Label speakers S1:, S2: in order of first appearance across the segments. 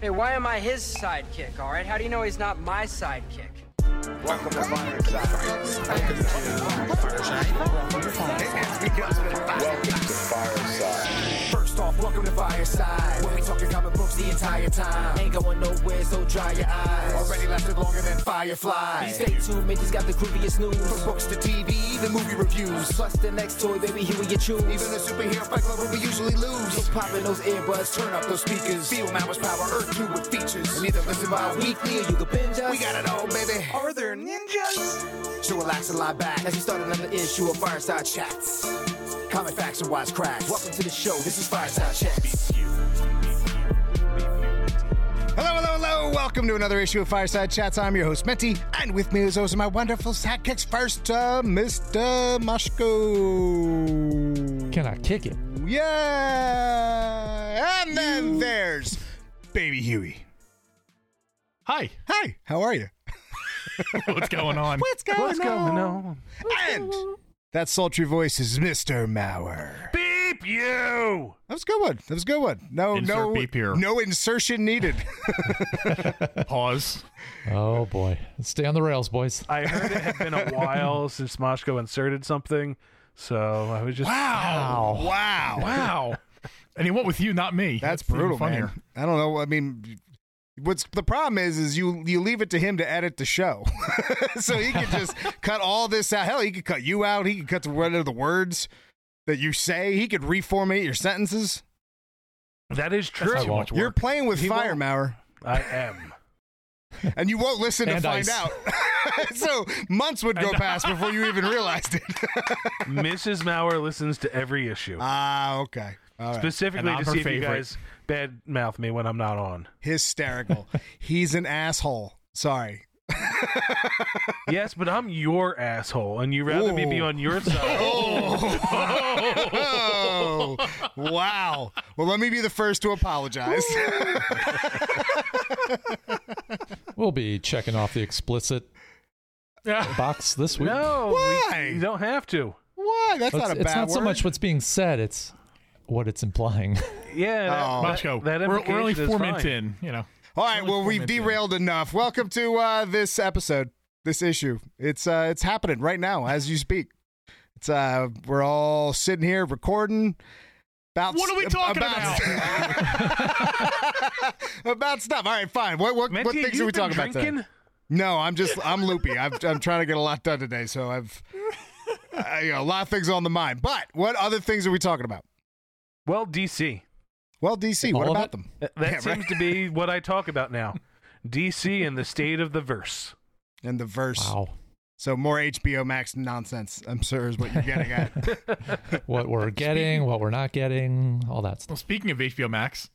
S1: Hey, why am I his sidekick, all right? How do you know he's not my sidekick?
S2: Welcome to Fireside. Welcome to Fireside.
S3: First off, welcome to Fireside. When we talking comic books the entire time. Ain't going nowhere, so dry your eyes. Already lasted longer than Firefly. Stay tuned, Midge's got the grooviest news. From books to TV, the movie reviews. Plus the next toy, baby, here we you choose. Even the superhero fight club where we usually lose. So pop in those earbuds, turn up those speakers. Feel how much power Earth 2 with features. And either listen bi-weekly or you can binge us. We got it all, baby. Are there ninjas? So relax and lie back as we start another issue of Fireside Chats. Comic facts and wise cracks. Welcome to the show. This is Fireside Chats.
S4: Hello, hello, hello. Welcome to another issue of Fireside Chats. I'm your host, Menti, and with me, as always, are my wonderful sidekicks. First, uh, Mr. Mushko.
S5: Can I kick it?
S4: Yeah. And then there's Baby Huey.
S5: Hi.
S4: Hi, how are you?
S5: What's going on?
S4: What's going
S5: What's going on?
S4: And that sultry voice is Mr. Mauer.
S5: Beep you!
S4: That was a good one. That was a good one. No,
S6: Insert
S4: no,
S6: beep here.
S4: no insertion needed.
S6: Pause.
S5: Oh boy. Stay on the rails, boys.
S7: I heard it had been a while since Moshko inserted something, so I was just
S6: Wow.
S4: wow.
S6: Wow. and he went with you, not me.
S4: That's
S6: even
S4: brutal,
S6: funnier.
S4: man. I don't know. I mean, what's the problem is, is you you leave it to him to edit the show, so he could just cut all this out. Hell, he could cut you out. He could cut the what are the words that you say. He could reformate your sentences.
S7: that is true.
S5: That's too much
S4: You're playing with
S7: He
S4: fire,
S7: won't.
S4: Maurer,
S7: I am.
S4: and you won't listen to
S5: And
S4: find
S5: ice.
S4: out. so months would go past before you even realized it.
S7: Mrs. Mauer listens to every issue,
S4: Ah, okay. All right.
S7: specifically
S6: And
S7: to
S6: I'm
S7: see
S6: her
S7: if you
S6: favorite.
S7: guys bad mouth me when I'm not on.
S4: Hysterical. He's an asshole. Sorry.
S7: yes, but I'm your asshole, and you rather me be
S4: Ooh.
S7: on your side.
S4: Oh, wow. Well, let me be the first to apologize.
S5: We'll be checking off the explicit box this week.
S7: No, we-
S4: Why?
S7: you don't have to.
S4: Why? That's
S5: It's,
S4: not a
S5: it's
S4: bad
S5: not
S4: word.
S5: so much what's being said, it's what it's implying.
S7: Yeah, that,
S4: Oh.
S7: that-
S6: Moshko,
S7: that
S6: we're, we're only
S7: implication is
S6: four
S7: fine.
S6: minutes in, you know.
S4: All right. Well, we've derailed enough. Welcome to uh, this episode, this issue. It's uh, it's happening right now as you speak. It's uh, we're all sitting here recording. About
S6: What are we talking
S4: about? about stuff. All right, fine. What what,
S7: Menti,
S4: what things
S7: you've
S4: are we
S7: been
S4: talking about today?
S7: drinking?
S4: No, I'm just I'm loopy. I'm I'm trying to get a lot done today, so I've I, you know, a lot of things on the mind. But what other things are we talking about?
S7: Well, DC.
S4: Well, DC, what
S5: All of
S4: about
S5: it?
S4: them?
S7: That
S4: Yeah, right.
S7: seems to be what I talk about now. DC and the state of the verse.
S4: And the verse.
S5: wow.
S4: So more HBO Max nonsense. I'm sure is what you're getting at.
S5: What we're getting, what we're not getting, all that stuff.
S6: Well, speaking of HBO Max,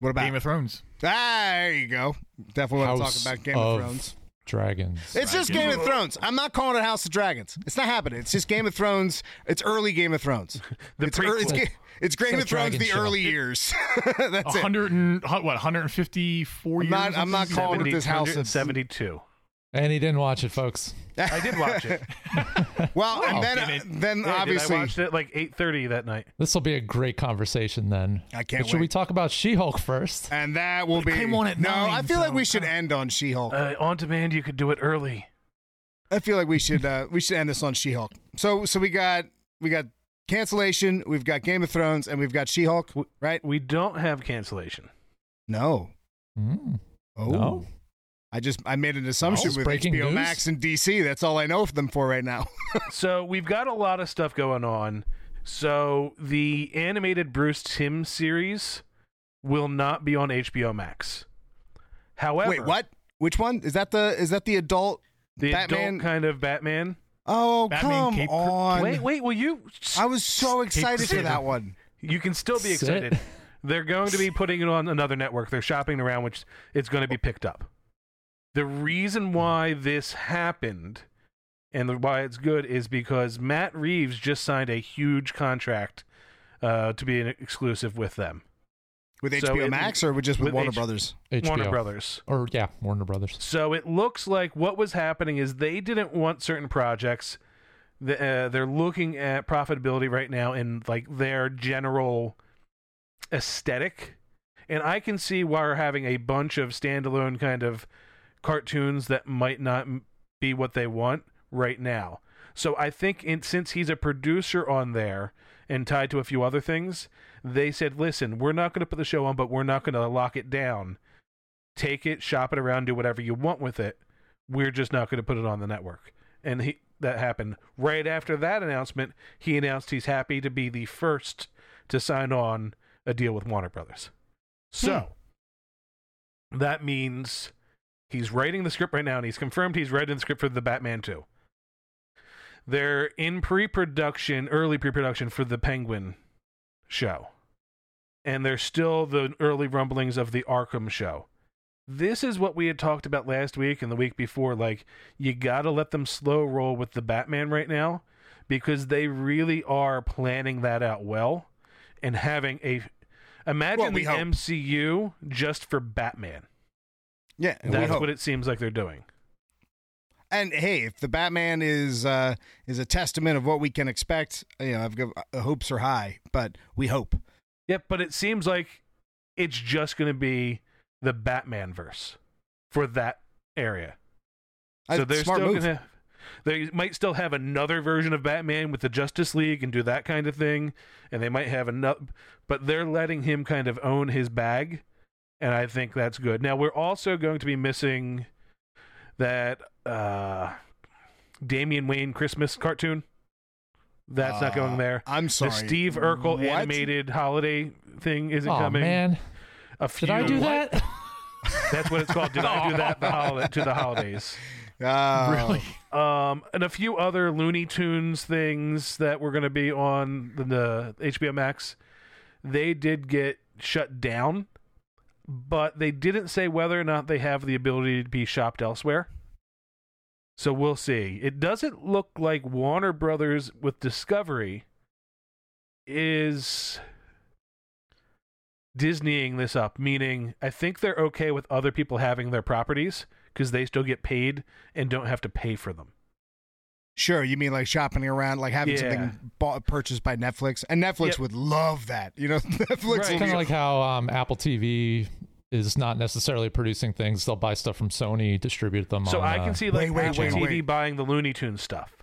S4: What about
S6: Game of Thrones.
S4: ah? There you go. Definitely want to talk
S5: House
S4: about Game
S5: of
S4: of Thrones.
S5: Dragons.
S4: It's just Game
S6: Dragons.
S4: of Thrones. I'm not calling it House of Dragons. It's not happening. It's just Game of Thrones. It's early Game of Thrones.
S7: The
S4: it's, ear- it's,
S5: prequel.
S4: Ga- it's Game
S5: It's
S4: of
S5: a
S4: Thrones
S5: dragon
S4: the
S5: show.
S4: early years. That's it.
S6: 100 and, hu- what, 154
S4: I'm
S6: years?
S4: not-
S6: or
S4: I'm not
S6: something?
S4: calling it this house of-
S7: 72.
S5: and he didn't watch it, folks.
S7: I did watch it.
S4: Well, and then uh,
S6: did it?
S4: then
S7: Yeah,
S4: obviously
S7: I watched it at like 8:30 that night.
S5: This will be a great conversation then.
S4: I can't
S5: But should we
S4: wait.
S5: talk about She Hulk first?
S4: And that will
S6: But it
S4: be.
S6: came on at
S4: no,
S6: nine,
S4: I feel like
S6: so
S4: we should
S6: come on.
S4: end on She-Hulk.
S7: Uh, on demand, you could do it early.
S4: I feel like we should uh, we should end this on She-Hulk. So so we got we got cancellation, we've got Game of Thrones, and we've got She-Hulk,
S7: W-
S4: right?
S7: We don't have cancellation.
S4: No.
S5: Mm.
S4: Oh.
S5: No.
S4: I just I made an assumption
S5: No,
S4: with
S5: breaking
S4: HBO
S5: news.
S4: Max and DC. That's all I know of them for right now.
S7: So we've got a lot of stuff going on. So the animated Bruce Tim series will not be on HBO Max. However,
S4: Wait, what? Which one is that? The is that the adult?
S7: The
S4: Batman-
S7: adult kind of Batman.
S4: Oh
S6: Batman
S4: come
S6: Cape Cru-
S4: on!
S7: Wait, wait. Will you?
S4: I was so excited for
S6: Crusader.
S4: that one.
S7: You can still be
S5: Sit.
S7: excited. They're going to be putting it on another network. They're shopping around, which it's going to be picked up. The reason why this happened and the, why it's good is because Matt Reeves just signed a huge contract uh, to be an exclusive with them,
S4: With
S7: So
S4: HBO
S7: it-
S4: Max or with just with,
S7: with
S4: Warner
S7: H-
S4: Brothers?
S5: HBO.
S7: Warner Brothers.
S5: Or yeah, Warner Brothers.
S7: So it looks like what was happening is they didn't want certain projects. The, uh, they're looking at profitability right now and like their general aesthetic, And I can see why we're having a bunch of standalone kind of cartoons that might not m- be what they want right now. So I think in, since he's a producer on there and tied to a few other things, they said, "Listen, we're not going to put the show on, but we're not going to lock it down. Take it, shop it around, do whatever you want with it. We're just not going to put it on the network." And he, that happened right after that announcement. He announced he's happy to be the first to sign on a deal with Warner Brothers. So that means he's writing the script right now, and he's confirmed he's writing the script for the Batman 2. They're in pre production, early pre production for the Penguin show. And there's still the early rumblings of the Arkham show. This is what we had talked about last week and the week before. Like, you got to let them slow roll with the Batman right now because they really are planning that out well and having a. Imagine
S4: Well, we
S7: the
S4: hope.
S7: MCU just for Batman.
S4: Yeah, and we
S7: That's
S4: hope.
S7: what it seems like they're doing.
S4: and hey, if the Batman is uh, is a testament of what we can expect, you know, I've got, uh, hopes are high, but we hope.
S7: Yep, but it seems like it's just going to be the Batman verse for that area.
S4: I-
S7: so they're
S4: smart
S7: still
S4: move.
S7: going to. They might still have another version of Batman with the Justice League and do that kind of thing, and they might have another. But they're letting him kind of own his bag, and I think that's good. Now we're also going to be missing that uh, Damian Wayne Christmas cartoon. That's not
S4: Uh,
S7: going there.
S4: I'm sorry.
S7: The Steve Urkel
S4: What?
S7: animated holiday thing isn't
S5: Oh
S7: coming.
S5: man,
S7: A few,
S5: did I do that?
S7: That's what it's called. Did I do that the holi- to the holidays?
S4: Oh.
S6: Really?
S7: Um, and a few other Looney Tunes things that were going to be on the, the HBO Max. They did get shut down, but they didn't say whether or not they have the ability to be shopped elsewhere. So we'll see. It doesn't look like Warner Brothers with Discovery is Disneying this up, meaning I think they're okay with other people having their properties because they still get paid and don't have to pay for them.
S4: Sure, you mean like shopping around, like having
S7: Yeah.
S4: something bought, purchased by Netflix, and Netflix
S7: Yep.
S4: would love that. You know, Netflix.
S7: Right.
S4: will
S5: kind
S4: be-
S5: of like how um, Apple TV is not necessarily producing things; they'll buy stuff from Sony, distribute them.
S7: So
S5: on,
S7: I
S5: uh,
S7: can see like
S4: Wait, wait,
S7: Apple
S4: wait,
S7: TV
S4: wait.
S7: buying the Looney Tunes stuff.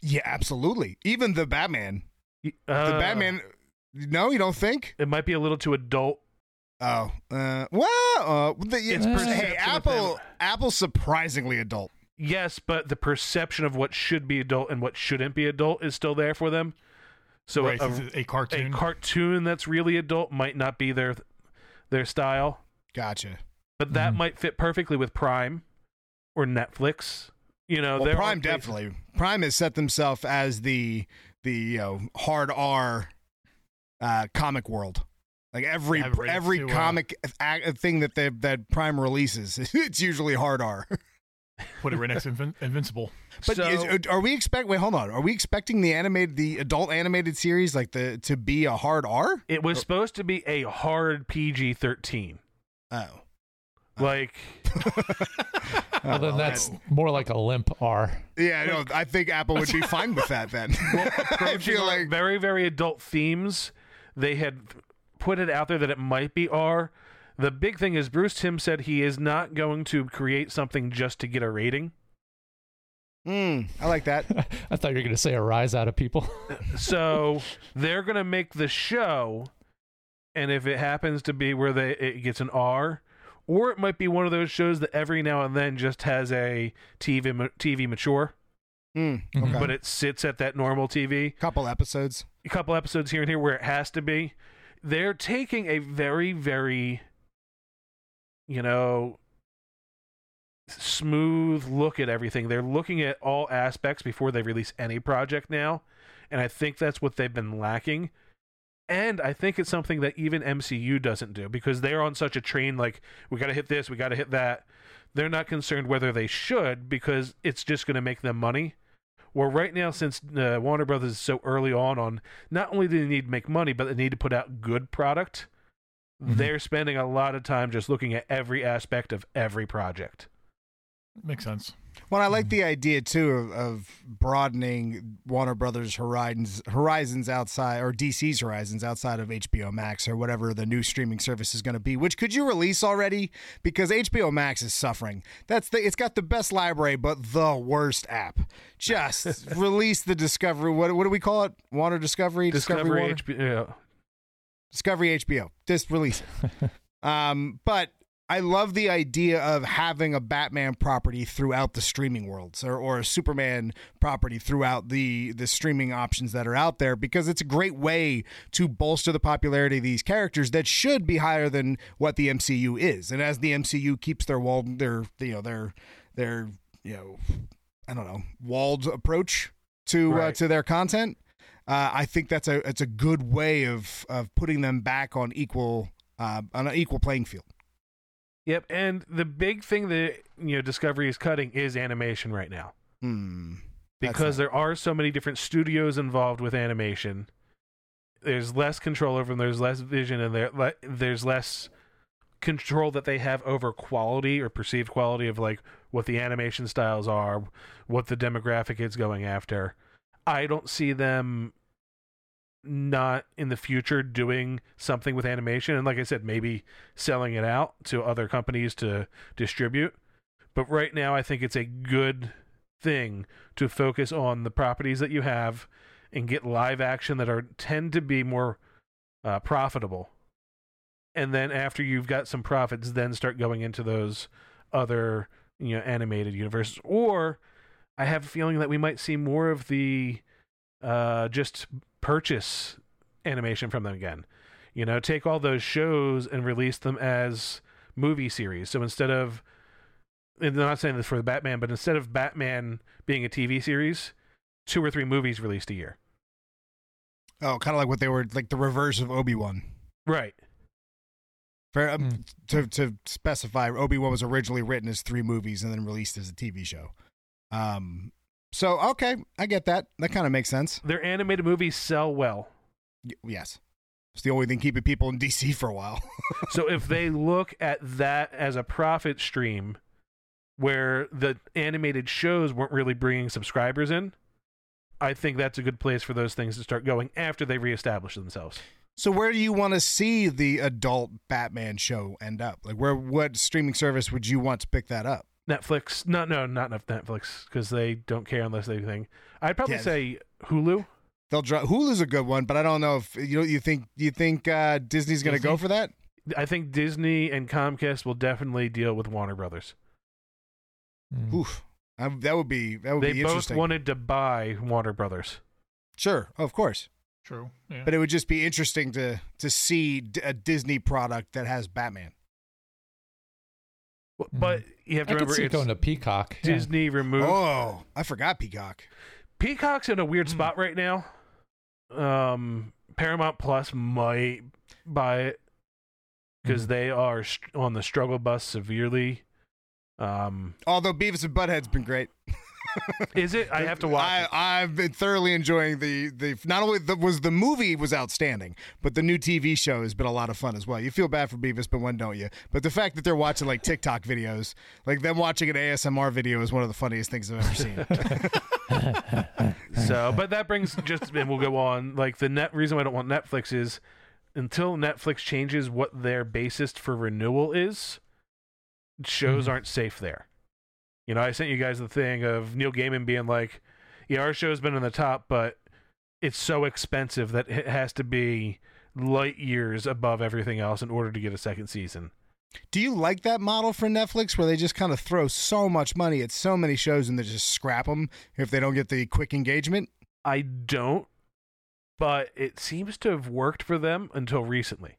S4: yeah, absolutely. Even the Batman.
S7: The
S4: The Batman. No, you don't think?
S7: uh, It might be a little too adult.
S4: Oh, uh, well, uh, the,
S7: It's perception
S4: hey,
S7: of
S4: Apple,
S7: them.
S4: Apple's surprisingly adult.
S7: Yes, but the perception of what should be adult and what shouldn't be adult is still there for them. So
S6: Right,
S7: a,
S6: since it's a
S7: a
S6: cartoon.
S7: cartoon that's really adult might not be their their style.
S4: Gotcha.
S7: but that
S4: Mm-hmm.
S7: might fit perfectly with Prime or Netflix. You know,
S4: well,
S7: there are
S4: Prime
S7: places-
S4: definitely. Prime has set themselves as the the you know hard R uh, comic world. Like every
S6: Yeah, everybody's
S4: every
S6: too, uh,
S4: comic ac- thing that they, that Prime releases, it's usually hard R.
S6: Put it right next to Invin- Invincible.
S4: But
S7: So-
S4: is, are we expect? Wait, hold on. Are we expecting the animated, the adult animated series, like the to be a hard R?
S7: It was supposed to be a hard PG thirteen,
S4: Oh,
S7: like
S5: Well, then that's more like a limp R.
S4: yeah. No, I think Apple would be fine with that then. I feel like
S7: very very adult themes. They had put it out there that it might be R. The big thing is Bruce Tim said he is not going to create something just to get a rating.
S4: Mm, I like that.
S5: I thought you were going to say a rise out of people.
S7: So they're gonna make the show, and if it happens to be where they it gets an R, or it might be one of those shows that every now and then just has a TV ma- TV mature,
S4: Mm,
S5: Mhm.
S4: okay.
S7: but it sits at that normal TV.
S4: couple episodes.
S7: A couple episodes here and here where it has to be. They're taking a very very, you know. Smooth look at everything. They're looking at all aspects before they release any project now and I think that's what they've been lacking. And I think it's something that even MCU doesn't do because they're on such a train like we got to hit this, we got to hit that. They're not concerned whether they should because it's just going to make them money. Well, right now, since uh, Warner Brothers is so early on, on not only do they need to make money, but they need to put out good product.
S5: Mhm.
S7: They're spending a lot of time just looking at every aspect of every project.
S6: Makes sense.
S4: Well, I like the idea too of, of broadening Warner Brothers' horizons horizons outside or DC's horizons outside of HBO Max or whatever the new streaming service is going to be. Which could you release already? Because HBO Max is suffering. That's the it's got the best library but the worst app. Just release the Discovery. What what do we call it? Warner Discovery.
S7: Discovery,
S4: Warner?
S7: HBO.
S4: Discovery HBO. Just release it. um, but I love the idea of having a Batman property throughout the streaming worlds or, or a Superman property throughout the, the streaming options that are out there because it's a great way to bolster the popularity of these characters that should be higher than what the MCU is. And as the MCU keeps their wall their you know their their you know I don't know, walled approach to uh,
S7: Right.
S4: to their content, uh, I think that's a it's a good way of of putting them back on equal uh, on an equal playing field.
S7: Yep, and the big thing that you know Discovery is cutting is animation right now
S4: Hmm. That's
S7: because
S4: not-
S7: there are so many different studios involved with animation. There's less control over them. There's less vision, and there le- there's less control that they have over quality or perceived quality of like what the animation styles are, what the demographic it's going after. I don't see them not in the future doing something with animation and like I said maybe selling it out to other companies to distribute. But right now I think it's a good thing to focus on the properties that you have and get live action that are tend to be more uh, profitable. And then after you've got some profits, then start going into those other you know animated universes. Or I have a feeling that we might see more of the uh, just purchase animation from them again. You know, take all those shows and release them as movie series. So instead of and I'm not saying this for the Batman, but instead of Batman being a TV series, two or three movies released a year.
S4: oh, kind of like what they were like the reverse of Obi Wan.
S7: Right.
S4: For, um,
S5: Hmm.
S4: to, to specify, Obi Wan was originally written as three movies and then released as a TV show. Um, so okay, I get that. That kind of makes sense.
S7: Their animated movies sell well.
S4: Y- yes, it's the only thing keeping people in DC for a while.
S7: so if they look at that as a profit stream where the animated shows weren't really bringing subscribers in, I think that's a good place for those things to start going after they reestablish themselves.
S4: So where do you want to see the adult Batman show end up? Like where what streaming service would you want to pick that up?
S7: Netflix, no, no, not enough Netflix because they don't care unless they think. I'd probably
S4: Yeah.
S7: say Hulu.
S4: They'll draw Hulu's a good one, but I don't know if you you think you think uh, Disney's going to go for that?
S7: I think Disney and Comcast will definitely deal with Warner Brothers.
S5: Mm.
S4: Oof. I, that would be that would
S7: They
S4: be
S7: both
S4: interesting.
S7: wanted to buy Warner Brothers.
S4: sure, of course.
S6: True. Yeah.
S4: But it would just be interesting to to see d- a Disney product that has Batman.
S7: W- But you have
S5: Mm-hmm. I could
S7: to remember
S5: see
S7: it's
S5: it going to Peacock. yeah.
S7: Disney removed
S4: Oh, Hmm. I forgot Peacock.
S7: Peacock's in a weird spot right now. Um, Paramount Plus might buy it because
S5: Mm-hmm.
S7: they are str- on the struggle bus severely. Um,
S4: Although Beavis and Butthead's been great.
S7: is it? I have to watch.
S4: I,
S7: it.
S4: I've been thoroughly enjoying the the not only the, was the movie was outstanding, but the new TV show has been a lot of fun as well. You feel bad for Beavis, but when don't you? But the fact that they're watching like TikTok videos, like them watching an ASMR video, is one of the funniest things I've ever seen.
S7: So, but that brings just, and we'll go on. Like the net reason why I don't want Netflix is until Netflix changes what their basis for renewal is, shows aren't safe there. You know, I sent you guys the thing of Neil Gaiman being like, "Yeah, our show's been on the top, but it's so expensive that it has to be light years above everything else in order to get a second season."
S4: Do you like that model for Netflix where they just kind of throw so much money at so many shows and they just scrap them if they don't get the quick engagement?
S7: I don't, but it seems to have worked for them until recently.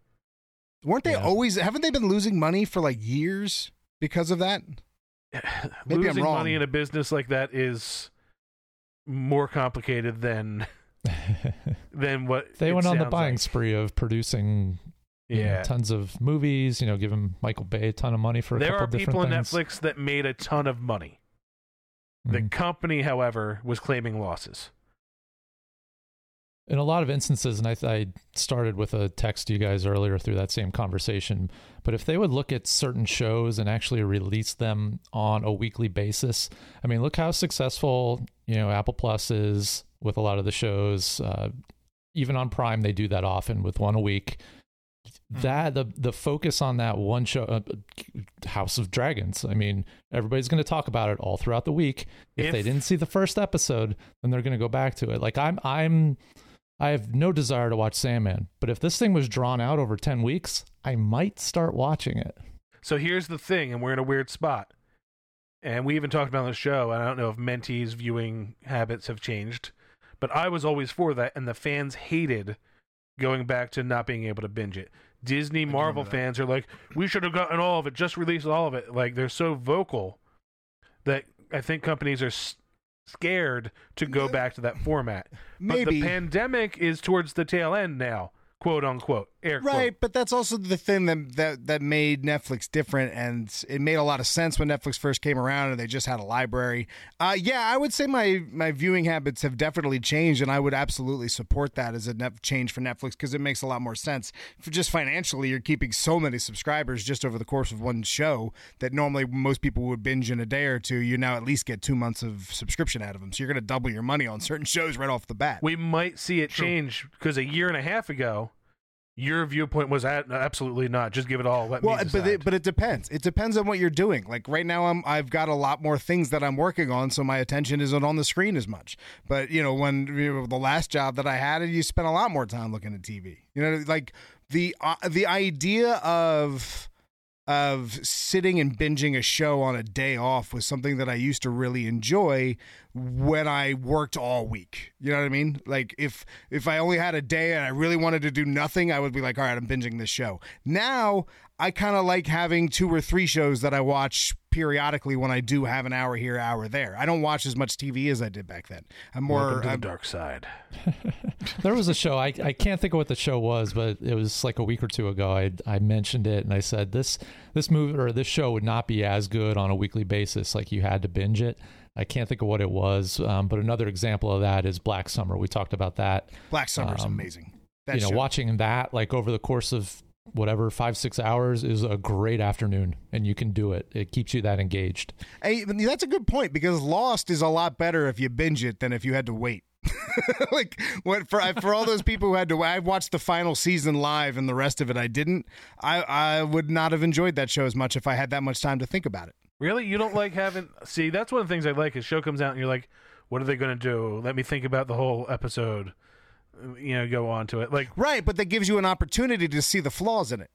S4: Weren't they
S5: Yeah.
S4: always? Haven't they been losing money for like years because of that? Maybe I'm
S7: losing
S4: wrong.
S7: money in a business like that is more complicated than than what
S5: they
S7: it
S5: went on the
S7: sounds
S5: buying
S7: like.
S5: spree of producing you know,
S7: Yeah,
S5: tons of movies. You know, giving Michael Bay a ton of money for a
S7: there
S5: couple
S7: are people on
S5: different things.
S7: Netflix that made a ton of money. The
S5: Mm.
S7: company, however, was claiming losses.
S5: in a lot of instances, and I, I started with a text to you guys earlier through that same conversation, but if they would look at certain shows and actually release them on a weekly basis, I mean, look how successful, you know, Apple Plus is with a lot of the shows. Uh, even on Prime, they do that often with one a week. That the the focus on that one show, uh, House of Dragons. I mean, everybody's going to talk about it all throughout the week. If, they
S7: If-
S5: didn't see the first episode, then they're going to go back to it. Like I'm, I'm, I have no desire to watch Sandman. But if this thing was drawn out over ten weeks, I might start watching it.
S7: So here's the thing, and we're in a weird spot. And we even talked about it on the show, and I don't know if mentees' viewing habits have changed, but I was always for that, and the fans hated going back to not being able to binge it. Disney Marvel fans are like, we should have gotten all of it, just release all of it. Like, they're so vocal that I think companies are s- scared to go back to that format. But
S4: Maybe.
S7: the pandemic is towards the tail end now, quote unquote. Air quote.
S4: Right, but that's also the thing that, that that made Netflix different, and it made a lot of sense when Netflix first came around, and they just had a library. Uh, yeah, I would say my my viewing habits have definitely changed, and I would absolutely support that as a net change for Netflix because it makes a lot more sense. For just financially, you're keeping so many subscribers just over the course of one show that normally most people would binge in a day or two. You now at least get two months of subscription out of them, so you're going to double your money on certain shows right off the bat.
S7: we might see it change because a year and a half ago, your viewpoint was at, no, absolutely not. Just give it all. Let
S4: well
S7: me
S4: but
S7: decide."
S4: it, but it depends it depends on what you're doing like right now i'm i've got a lot more things that i'm working on so my attention isn't on the screen as much but you know when you know, the last job that i had you spent a lot more time looking at tv you know like the uh, the idea of of sitting and binging a show on a day off was something that I used to really enjoy when I worked all week. You know what I mean? Like if if I only had a day and I really wanted to do nothing, I would be like, "All right, I'm binging this show." Now, I kind of like having two or three shows that I watch periodically when I do have an hour here, hour there. I don't watch as much TV as I did back then. I'm
S7: Welcome
S4: more uh,
S7: to the
S4: I'm-
S7: dark side.
S5: There was a show I, I can't think of what the show was, but it was like a week or two ago. I I mentioned it and I said this this movie or this show would not be as good on a weekly basis. Like you had to binge it. I can't think of what it was, um, but another example of that is Black Summer. We talked about that.
S4: Black Summer's
S5: Um,
S4: amazing. That
S5: you know,
S4: show.
S5: watching that like over the course of whatever five six hours is a great afternoon, and you can do it. It keeps you that engaged.
S4: Hey, that's a good point because Lost is a lot better if you binge it than if you had to wait. like what for for all those people who had to I watched the final season live and the rest of it I didn't. I I would not have enjoyed that show as much if I had that much time to think about it.
S7: Really, you don't like having? See, that's one of the things I like. Is show comes out and you're like, "What are they going to do? Let me think about the whole episode." You know, go on to it. Like,
S4: Right, but that gives you an opportunity to see the flaws in it.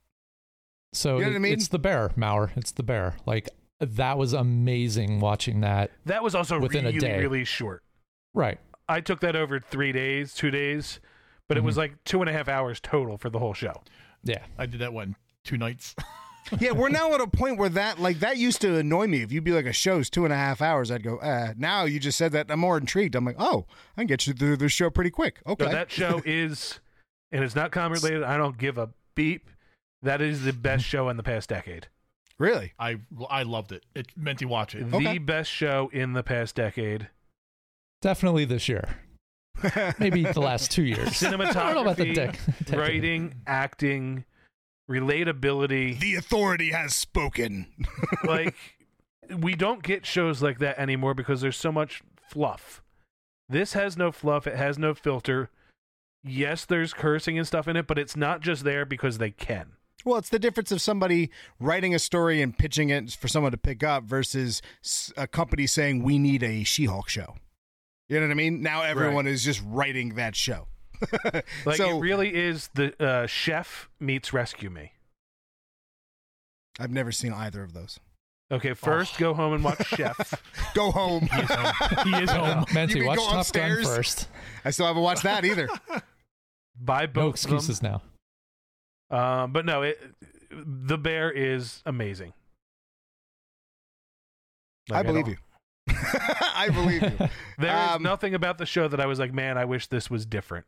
S5: So
S4: You know what I
S5: it-
S4: mean?
S5: it's the bear, Maurer. It's the bear. Like that was amazing watching that.
S7: that was also
S5: Within a
S7: really,
S5: day.
S7: really short.
S5: Right.
S7: I took that over three days, two days, but it was like two and a half hours total for the whole show.
S5: Yeah.
S6: I did that one two nights.
S4: Yeah, we're now at a point where that like that used to annoy me. If you'd be like a show's two and a half hours, I'd go, uh, now you just said that I'm more intrigued. I'm like, oh, I can get you through this show pretty quick. Okay.
S7: No, that show is, and it's not comic related. I don't give a beep. That is the best show in the past decade.
S4: really?
S6: I I loved it. It meant to watch it.
S4: Okay.
S7: The best show in the past decade.
S5: Definitely this year. Maybe the last two years.
S7: Cinematography,
S5: I don't know about the dec- decade.
S7: writing, acting, relatability.
S4: The authority has spoken.
S7: like we don't get shows like that anymore because there's so much fluff. This has no fluff. It has no filter. Yes, there's cursing and stuff in it, but it's not just there because they can.
S4: Well, it's the difference of somebody writing a story and pitching it for someone to pick up versus s- a company saying we need a She-Hulk show. You know what I mean? Now everyone is just writing that show.
S7: Like
S4: so
S7: it really is the uh, chef meets rescue me.
S4: I've never seen either of those.
S7: Okay, first go home and watch Chef.
S4: Go home.
S6: Oh. He is home.
S5: Menti,
S4: mean
S5: Oh, watch
S4: go
S5: Top
S4: upstairs?
S5: Gun first.
S4: I still haven't watched that either.
S7: Buy both
S5: No
S7: of them.
S5: excuses now.
S7: Um, but no, it, the bear is amazing. Like,
S4: I believe
S7: don't-
S4: you. I believe Um, you.
S7: There is
S4: Um,
S7: nothing about the show that I was like, man, I wish this was different.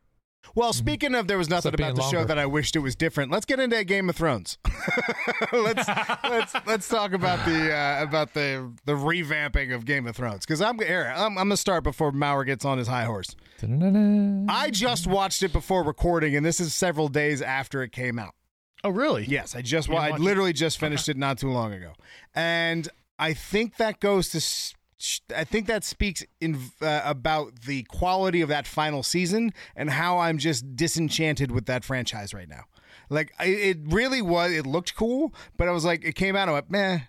S4: Well, speaking of, there was nothing
S5: Except being
S4: about the show
S5: longer.
S4: that I wished it was different. Let's get into Game of Thrones. let's let's let's talk about the uh, about the the revamping of Game of Thrones because I'm Eric, I'm, I'm gonna start before Maurer gets on his high horse.
S5: Da-da-da-da.
S4: I just watched it before recording, and this is several days after it came out.
S6: Oh, really?
S4: Yes, I just
S6: You didn't
S4: I
S6: watch it?
S4: literally just finished it not too long ago, and I think that goes to s- sh- I think that speaks in uh, about the quality of that final season and how I'm just disenchanted with that franchise right now. Like I, it really was, it looked cool, but I was like, it came out, I went, meh.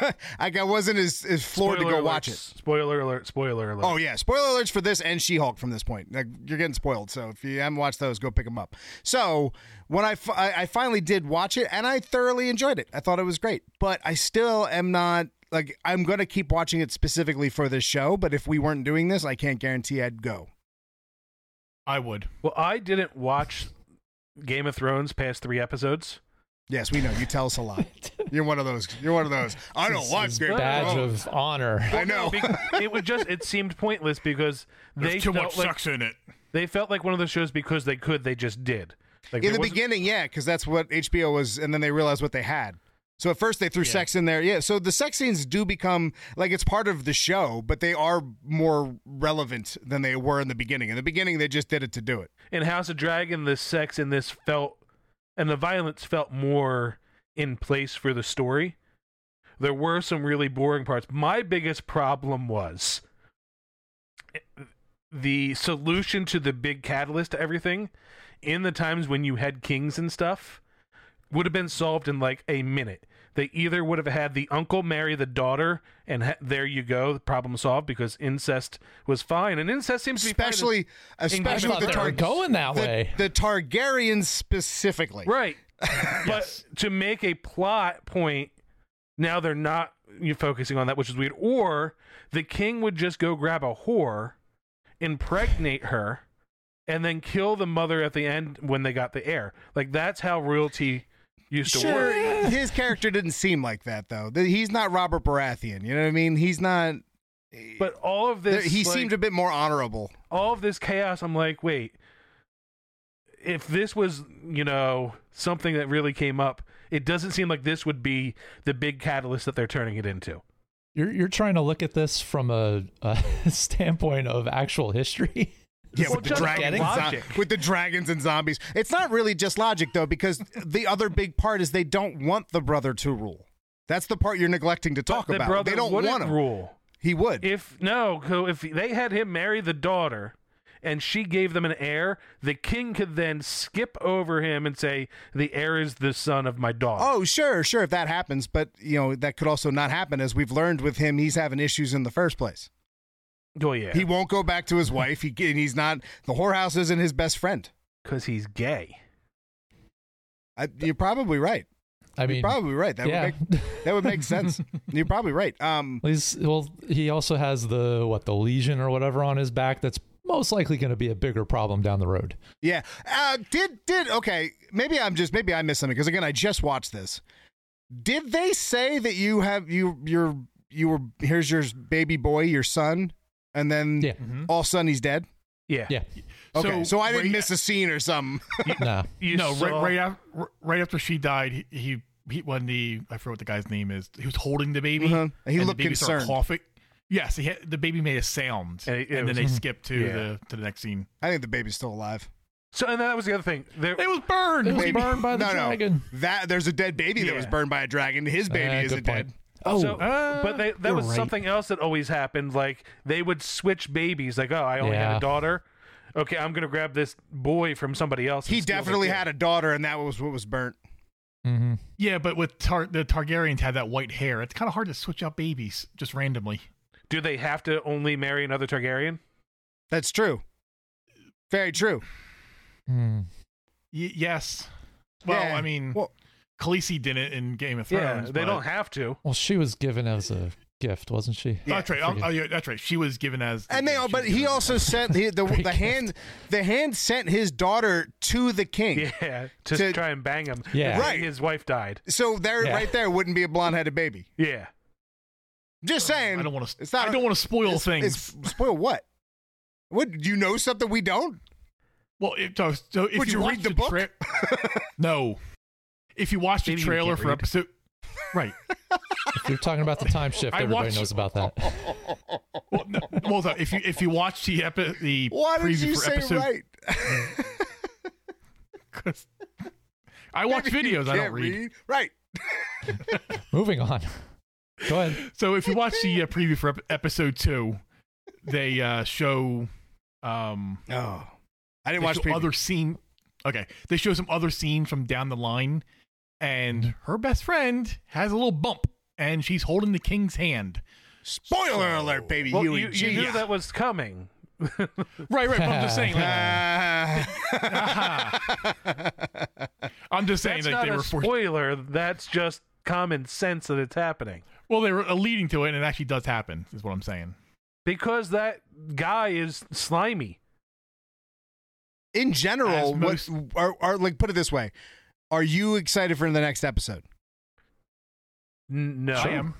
S4: like I wasn't as, as floored to go watch it.
S7: Spoiler alert! Spoiler alert!
S4: Oh yeah, spoiler alerts for this and She-Hulk from this point. Like you're getting spoiled, so if you haven't watched those, go pick them up. So when I fi- I I finally did watch it, and I thoroughly enjoyed it. I thought it was great, but I still am not like I'm gonna keep watching it specifically for this show. But if we weren't doing this, I can't guarantee I'd go.
S6: I would.
S7: Well, I didn't watch Game of Thrones past three episodes.
S4: Yes, we know you tell us a lot. you're one of those. You're one of those. I don't watch
S5: His
S4: Game of
S5: badge
S4: Thrones."
S5: of honor.
S4: I know.
S7: Bec- it was just it seemed pointless because
S6: There's
S7: they
S6: too
S7: felt
S6: much
S7: like
S6: sex in it.
S7: they felt like one of those shows because they could they just did. Like
S4: in
S7: there
S4: the
S7: wasn't-
S4: beginning, yeah, because that's what HBO was, and then they realized what they had. So at first they threw sex in there, yeah. So the sex scenes do become like it's part of the show, but they are more relevant than they were in the beginning. In the beginning, they just did it to do it.
S7: in House of Dragon, the sex in this felt and the violence felt more in place for the story. There were some really boring parts. My biggest problem was the solution to the big catalyst to everything in the times when you had kings and stuff would have been solved in like a minute. They either would have had the uncle marry the daughter, and ha- there you go, the problem solved because incest was fine, and incest seems to be fine in-
S4: Especially,
S5: I
S4: especially
S5: thought
S4: with the,
S5: they
S4: Tar-
S5: were going that
S4: the,
S5: way.
S4: the Targaryens specifically.
S7: Right. But to make a plot point, now they're not you focusing on that, which is weird. Or the king would just go grab a whore, impregnate her, and then kill the mother at the end when they got the heir. Like that's how royalty used to
S4: Sure,
S7: work.
S4: his character didn't seem like that though. The- He's not Robert Baratheon. You know what I mean? He's not.
S7: But all of
S4: there-
S7: this
S4: He
S7: like,
S4: seemed a bit more honorable.
S7: all of this chaos, I'm like, wait, if this was, you know, something that really came up, it doesn't seem like this would be the big catalyst that they're turning it into.
S5: You're you're trying to look at this from a, a standpoint of actual history.
S4: Yeah,
S7: Well,
S4: with the
S7: just
S4: dragons, and
S7: logic.
S4: zo- with the dragons and zombies. It's not really just logic though, because the other big part is they don't want the brother to rule. That's the part you're neglecting to talk
S7: But the
S4: about.
S7: brother
S4: They don't
S7: wouldn't
S4: want him. Uh,
S7: rule.
S4: He would.
S7: If no, so if they had him marry the daughter and she gave them an heir, the king could then skip over him and say, The heir is the son of my daughter.
S4: oh, sure, sure. If that happens, but you know that could also not happen, as we've learned with him. He's having issues in the first place.
S7: Oh, yeah.
S4: He won't go back to his wife. He and he's not. The whorehouse isn't his best friend.
S7: Because he's gay.
S4: I, you're probably right.
S5: I
S4: you're
S5: mean,
S4: probably right. That
S5: yeah.
S4: would make that would make sense. You're probably right. Um,
S5: Well, He's, well, he also has the what the lesion or whatever on his back. That's most likely going to be a bigger problem down the road.
S4: Yeah. Uh, did did okay? Maybe I'm just maybe I missed something because again I just watched this. Did they say that you have you your you were here's your baby boy your son and then
S5: Yeah.
S4: all of a sudden he's dead?
S7: Yeah.
S5: Yeah,
S4: Okay, so, I didn't
S6: right-
S4: miss a scene or something.
S5: nah.
S7: You
S6: no,
S7: saw-
S6: right, right, af- r- right after she died, he, he he when the I forget what the guy's name is. He was holding the baby.
S4: Uh-huh. He
S6: and
S4: looked
S6: the baby started
S4: concerned.
S6: Coughing. Yes, he had, the baby made a sound,
S7: And
S6: and,
S7: it- it
S6: then
S7: was-
S6: they skipped to
S7: Yeah.
S6: the to the next scene.
S4: I think the baby's still alive.
S7: So, and that was the other thing. There,
S6: It was burned.
S5: It was
S4: Baby-
S5: burned by the
S4: no,
S5: dragon.
S4: No. That there's a dead baby that
S7: Yeah.
S4: was burned by a dragon. His baby
S5: Eh,
S4: isn't
S5: good point.
S4: dead.
S5: Oh,
S7: So,
S6: uh,
S7: but they, that
S5: you're
S7: was
S5: right.
S7: something else that always happened. Like they would switch babies. Like, oh, I only had
S5: Yeah.
S7: a daughter. Okay, I'm gonna grab this boy from somebody else.
S4: He definitely had a daughter, and that was what was burnt.
S5: hmm
S6: Yeah, but with tar- the Targaryens had that white hair. It's kind of hard to switch out babies just randomly.
S7: Do they have to only marry another Targaryen?
S4: That's true. Very true.
S5: Hmm.
S6: Y- yes. Well,
S4: Yeah.
S6: I mean,
S4: Well,
S6: Khaleesi did it in Game of
S7: Yeah,
S6: Thrones.
S7: they
S6: but-
S7: don't have to.
S5: Well, she was given as a gift, wasn't she?
S4: Yeah,
S6: that's right.
S5: forget-
S6: Oh, yeah, that's right. She was given as.
S4: And they all,
S6: she
S4: but
S6: was
S4: he
S6: given-
S4: also sent he, the
S5: Great
S4: the hand the hand sent his daughter to the king.
S7: Yeah, to,
S4: To-
S7: try and bang him.
S5: Yeah.
S7: The day
S4: Right.
S7: His wife died.
S4: So there,
S5: Yeah.
S4: right there, wouldn't be a blonde headed baby.
S7: Yeah.
S4: Just saying.
S6: I don't want
S4: It's
S6: to.
S4: not.
S6: I don't want to spoil
S4: it's-
S6: things.
S4: it's- spoil what? What you know something we don't?
S6: Well, if, so, so if
S4: Would
S6: you,
S4: you
S6: watch
S4: read the book?
S6: tra- no. If you watch the
S7: Maybe you
S6: trailer
S7: can't
S6: for
S7: read.
S6: episode, right?
S5: If you're talking about the time shift,
S6: I
S5: everybody
S6: watched-
S5: knows about that.
S6: Well, no, well, no, if you if you watch the epi- the
S4: Why did
S6: preview
S4: you
S6: for
S4: say
S6: episode,
S4: right?
S6: 'cause I watch
S4: Maybe you
S6: videos. I don't
S4: can't
S6: read.
S4: Right.
S5: Moving on. Go ahead.
S6: So if you watch the uh, preview for ep- episode two, they uh, show um,
S4: Oh. I
S6: they
S4: didn't watch
S6: show
S4: preview.
S6: other scene. Okay, they show some other scene from down the line, and her best friend has a little bump, and she's holding the king's hand.
S4: Spoiler alert, baby.
S7: Well,
S4: Huey
S7: you,
S4: G.
S7: you knew that was coming.
S6: Right, right. But I'm just saying. Like, I'm just saying
S7: That's
S6: that
S7: not
S6: they
S7: a
S6: were forced.
S7: spoiler. That's just common sense that it's happening.
S6: Well, they were uh, leading to it, and it actually does happen. Is what I'm saying.
S7: Because that guy is slimy.
S4: in
S6: As
S4: general,
S6: most-
S4: what are, are like put it this way. Are you excited for the next episode?
S7: N- No.
S6: I am.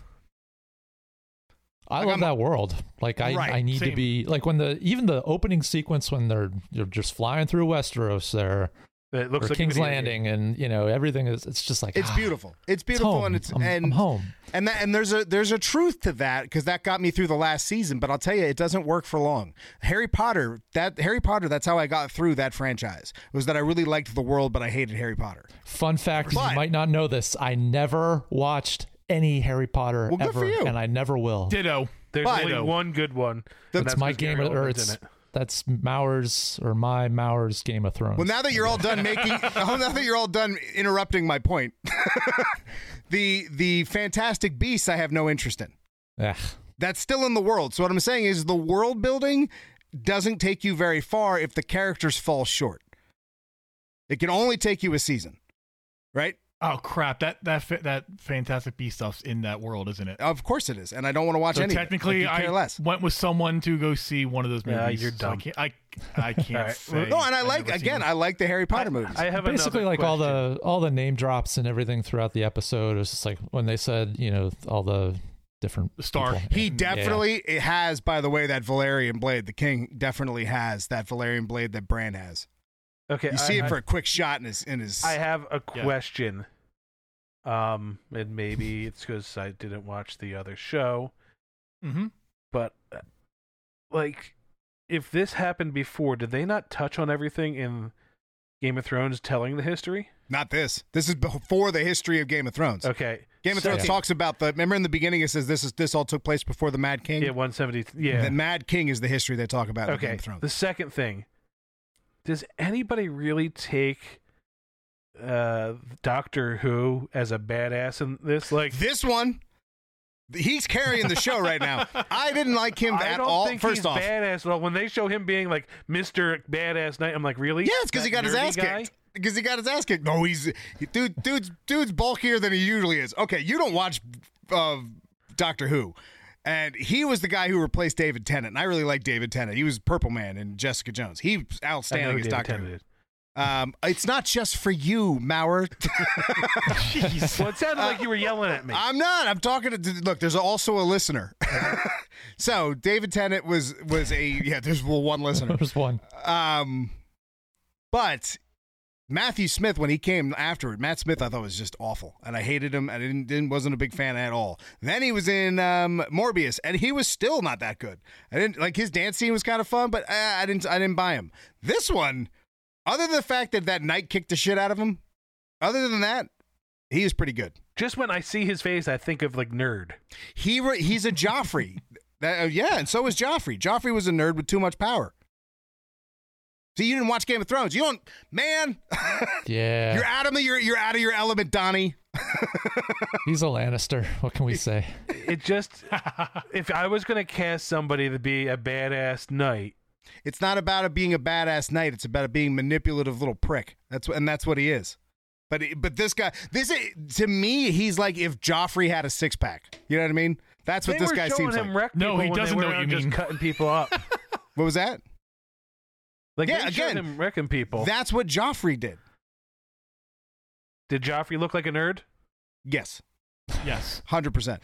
S5: I
S4: Like,
S5: love
S4: I'm-
S5: that world. Like I,
S4: Right,
S5: I need
S6: same.
S5: to be like when the even the opening sequence when they're you're just flying through Westeros there
S7: It looks
S5: or
S7: like a
S5: King's
S7: video game.
S5: Landing and you know everything is it's just like
S4: It's
S5: ah,
S4: beautiful. It's
S5: it's
S4: beautiful
S5: home.
S4: and it's
S5: I'm,
S4: and
S5: I'm home.
S4: And that, and there's a there's a truth to that cuz that got me through the last season, but I'll tell you it doesn't work for long. Harry Potter, that Harry Potter, that's how I got through that franchise. Was that I really liked the world but I hated Harry Potter.
S5: Fun fact:
S4: But-
S5: you might not know this. I never watched any Harry Potter
S4: Well, good
S5: ever,
S4: for you.
S5: and I never will.
S6: Ditto.
S7: There's
S4: But-
S7: only one good one. and
S5: It's
S7: that's
S5: my
S7: because
S5: game,
S7: Gary
S5: of, or
S7: Oldman's
S5: it's
S7: in it.
S5: that's Maurer's or my Maurer's Game of Thrones.
S4: Well, now that you're all done making, oh, now that you're all done interrupting my point, the the Fantastic Beasts I have no interest in.
S5: Ugh.
S4: That's still in the world. So what I'm saying is the world building doesn't take you very far if the characters fall short. It can only take you a season, right?
S6: Oh crap! That that fa- that Fantastic Beast stuff's in that world, isn't it?
S4: Of course it is, and I don't want to Oh, watch
S6: So
S4: any. of it.
S6: technically,
S4: I
S6: I
S4: care less.
S6: went with someone to go see one of those movies.
S7: Yeah, you're
S6: so
S7: dumb.
S6: I can't. I, I can't.
S7: Alright.
S6: say
S4: No, and I
S6: I've
S4: like
S6: never seen
S4: again.
S6: them.
S4: I like the Harry Potter movies.
S7: I have
S5: basically
S7: another
S5: like all the all the name drops and everything throughout the episode. It's just like when they said you know all the different
S6: The Stark.
S5: people.
S4: He
S5: Yeah.
S4: definitely it has, by the way, that Valerian blade. The king definitely has that Valerian blade that Bran has.
S7: question. Okay,
S4: You see
S7: I,
S4: it for a quick shot in his in his.
S7: I have a
S6: Yeah.
S7: question. Um, and maybe it's because I didn't watch the other show,
S6: Mhm.
S7: but uh, like, if this happened before, did they not touch on everything in Game of Thrones telling the history?
S4: not this. This is before the history of Game of Thrones.
S7: Okay,
S4: Game of
S7: so-
S4: Thrones talks about the. Remember in the beginning it says this is this all took place before the Mad King.
S7: Yeah, one seventy. Yeah,
S4: The Mad King is the history they talk about. in Game
S7: okay.
S4: of Thrones.
S7: The second thing, does anybody really take uh Doctor Who as a badass in this? Like,
S4: this one, he's carrying the show right now. I didn't like him
S7: I
S4: at
S7: don't
S4: all.
S7: think
S4: First
S7: he's
S4: off,
S7: badass. Well, when they show him being like Mister Badass Knight, I'm like, really?
S4: yeah, it's because he got
S7: That
S4: his
S7: nerdy
S4: ass
S7: guy?
S4: kicked. Because he got his ass kicked. No, he's dude, dude's dude's bulkier than he usually is. Okay, you don't watch uh, Doctor Who. And he was the guy who replaced David Tennant. And I really like David Tennant. He was Purple Man and Jessica Jones. He was
S7: I know
S4: outstanding as
S7: David
S4: Doctor
S7: Tennant
S4: Who.
S7: is.
S4: Um, it's not just for you, Maurer.
S7: Well, it
S4: Uh,
S7: sounded like you were yelling at me.
S4: I'm not. I'm talking to. Look, there's also a listener. so David Tennant was was a yeah. There's one listener.
S5: There's one.
S4: Um, but Matthew Smith, when he came afterward, Matt Smith, I thought was just awful, and I hated him, and I didn't, didn't wasn't a big fan at all. Then he was in um, Morbius, and he was still not that good. I didn't like his dance scene was kind of fun, but uh, I didn't I didn't buy him. This one, other than the fact that that knight kicked the shit out of him, other than that, he was pretty good.
S7: Just when I see his face, I think of like nerd.
S4: He re- he's a Joffrey. That- uh, yeah, and so is Joffrey. Joffrey was a nerd with too much power. See, you didn't watch Game of Thrones. You don't, man.
S5: Yeah,
S4: You're out of the, you're you're out of your element, Donnie.
S5: he's a Lannister. What can we say?
S7: It just, if I was gonna cast somebody to be a badass knight,
S4: It's not about it being a badass knight. It's about it being manipulative little prick. That's what, and that's what he is. But it- but this guy, this is- to me, he's like if Joffrey had a six pack. You know what I mean? That's what
S7: they
S4: this
S7: were
S4: guy
S7: showing
S4: seems
S7: him
S4: like.
S7: wreck
S6: No,
S7: people
S6: he
S7: when they
S6: doesn't
S7: were
S6: know what you
S7: around just
S6: mean.
S7: cutting people up.
S4: what was that?
S7: Like
S4: Yeah,
S7: they showed
S4: again,
S7: him wrecking people.
S4: That's what Joffrey did.
S7: Did Joffrey look like a nerd?
S4: Yes,
S6: Yes.
S4: hundred percent.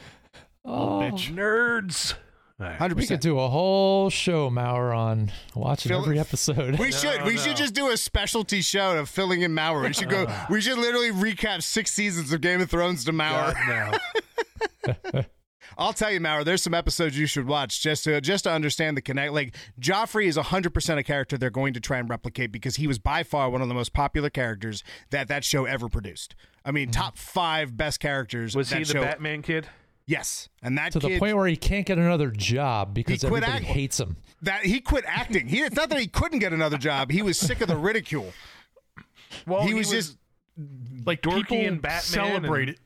S5: Oh,
S6: bitch.
S7: Nerds.
S4: Hundred
S5: We could
S4: percent.
S5: do a whole show, Mauer, on watching
S4: Fill-
S5: every episode.
S4: We should. We should just do a specialty show of filling in Maurer. We should go. we should literally recap six seasons of Game of Thrones to Maurer.
S7: God, no.
S4: I'll tell you, Maurer, there's some episodes you should watch just to just to understand the connect. Like Joffrey is 100% a character they're going to try and replicate because he was by far one of the most popular characters that that show ever produced. I mean, top five best characters.
S7: Mm-hmm. Was
S4: that
S7: he the
S4: show-
S7: Batman kid?
S4: Yes, and that
S5: to the
S4: kid-
S5: point where he can't get another job because
S4: He quit
S5: everybody
S4: acting.
S5: hates him.
S4: that he quit acting. He, it's not that he couldn't get another job. He was sick of the ridicule.
S7: Well,
S4: he, was just
S6: Like
S7: Dorky
S6: people
S7: and Batman
S6: celebrate
S7: and-
S6: it.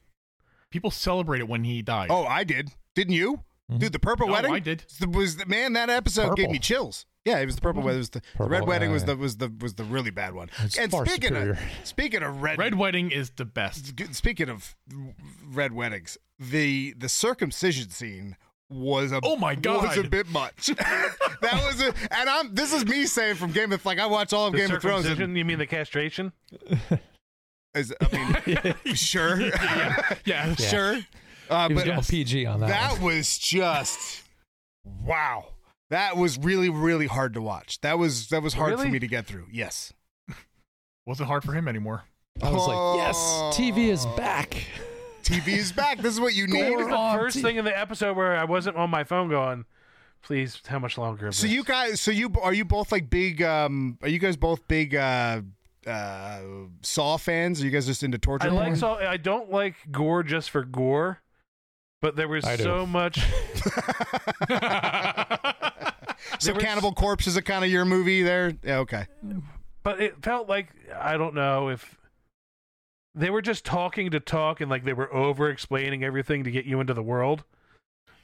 S6: People celebrate it when he died.
S4: Oh, I did. Didn't you? Dude, the purple
S6: No,
S4: wedding.
S6: I did.
S4: It Was the, man that episode gave
S5: Purple.
S4: me chills. Yeah, it was the purple wedding. It was the, the
S5: Purple,
S4: red wedding
S5: yeah,
S4: was
S5: yeah.
S4: the was the was the really bad one.
S5: It's
S4: and
S5: far
S4: speaking of
S5: superior.
S4: speaking of red,
S6: Red Wedding is the best.
S4: speaking of red weddings, the the circumcision scene was a
S6: Oh my
S4: was a
S6: God.
S4: bit much. that was a, and I'm this is me saying from Game of like I watch all of
S7: The
S4: Game of Thrones. And,
S7: circumcision? You mean the castration?
S4: is, I mean, sure,
S6: Yeah.
S4: sure. Uh,
S5: He was
S4: but
S5: going PG on that.
S4: that
S5: one.
S4: was just wow. That was really really hard to watch. That was that was hard for
S7: Really?
S4: me to get through. Yes.
S6: Wasn't hard for him anymore.
S5: I was like, yes,
S4: Oh.
S5: TV is back.
S4: TV is back. This is what you
S7: He
S4: need.
S7: was the
S5: on
S7: first
S5: TV.
S7: thing in the episode where I wasn't on my phone going, please, how much longer? is
S4: So you
S7: this?"
S4: guys so you are you both like big um are you guys both big uh uh Saw fans? Are you guys just into torture
S7: I
S4: porn?
S7: like so I don't like gore just for gore, but there was
S5: I do.
S7: so much.
S4: so
S7: were s-
S4: Cannibal Corpse is a kind of your movie there. Yeah, okay.
S7: But it felt like I don't know if they were just talking to talk and like they were over explaining everything to get you into the world.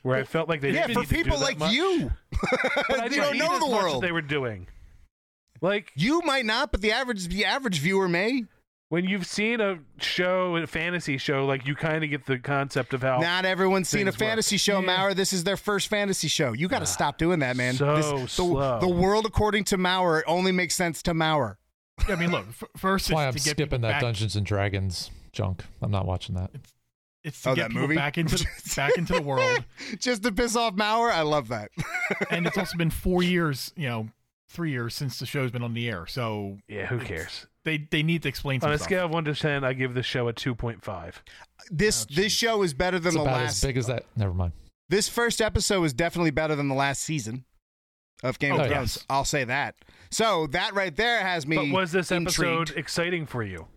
S7: Where I felt like they
S4: yeah,
S7: didn't
S4: for
S7: need to do
S4: people
S7: that
S4: like
S7: much.
S4: you.
S7: But I
S4: you don't
S7: need
S4: know
S7: as
S4: the
S7: much as
S4: world.
S7: they were doing. Like
S4: You might not, but the average the average viewer may.
S7: when you've seen a show, a fantasy show, like you kind of get the concept of how
S4: Not everyone's seen a
S7: things work.
S4: fantasy show,
S6: Yeah.
S4: Maurer. This is their first fantasy show. You got to stop doing that, man.
S7: so
S4: This- the,
S7: slow.
S4: the world according to Maurer only makes sense to Maurer.
S6: Yeah, I mean, look, f- first
S5: That's why I'm
S6: it's to get people
S5: skipping that
S6: back,
S5: Dungeons and Dragons junk. I'm not watching that.
S6: It's to
S4: Oh,
S6: get
S4: that
S6: people
S4: movie?
S6: back into the, back into the world,
S4: Just to piss off Maurer, I love that.
S6: and it's also been four years, you know, three years since the show's been on the air. So
S7: yeah, who
S6: it's-
S7: cares?
S6: They they need to explain
S7: On
S6: some
S7: a
S6: stuff.
S7: scale of one to ten, I give this show a two point five.
S4: This this show is better than
S5: It's
S4: the
S5: about
S4: last.
S5: as big as
S6: uh,
S5: that. Never mind.
S4: This first episode is definitely better than the last season of Game
S5: Oh,
S4: of Thrones.
S6: yes.
S4: I'll say that. So that right there has me.
S7: But was this episode
S4: intrigued.
S7: exciting for you?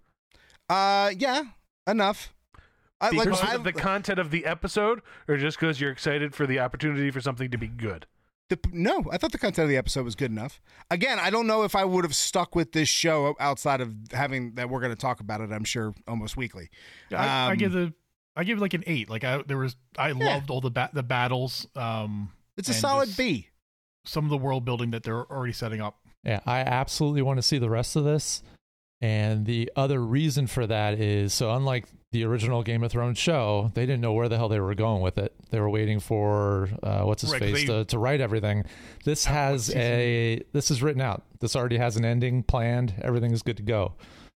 S4: Uh, yeah, enough. I, like,
S7: Because
S4: I,
S7: of the content of the episode, or just because you're excited for the opportunity for something to be good?
S4: The, no, I thought the content of the episode was good enough. Again, I don't know if I would have stuck with this show outside of having that we're going to talk about it. I'm sure almost weekly.
S6: I, I
S4: Um,
S6: give the I give like an eight. Like I there was I loved all the ba- the battles. Um,
S4: It's a
S6: and
S4: solid
S6: just
S4: B.
S6: Some of the world building that they're already setting up.
S5: Yeah, I absolutely want to see the rest of this. And the other reason for that is so, unlike the original Game of Thrones show, they didn't know where the hell they were going with it. They were waiting for uh, what's his
S6: Right, 'cause
S5: face
S6: they-
S5: to, to write everything. This
S6: Out what
S5: has
S6: season?
S5: a this is written out. This already has an ending planned. Everything is good to go.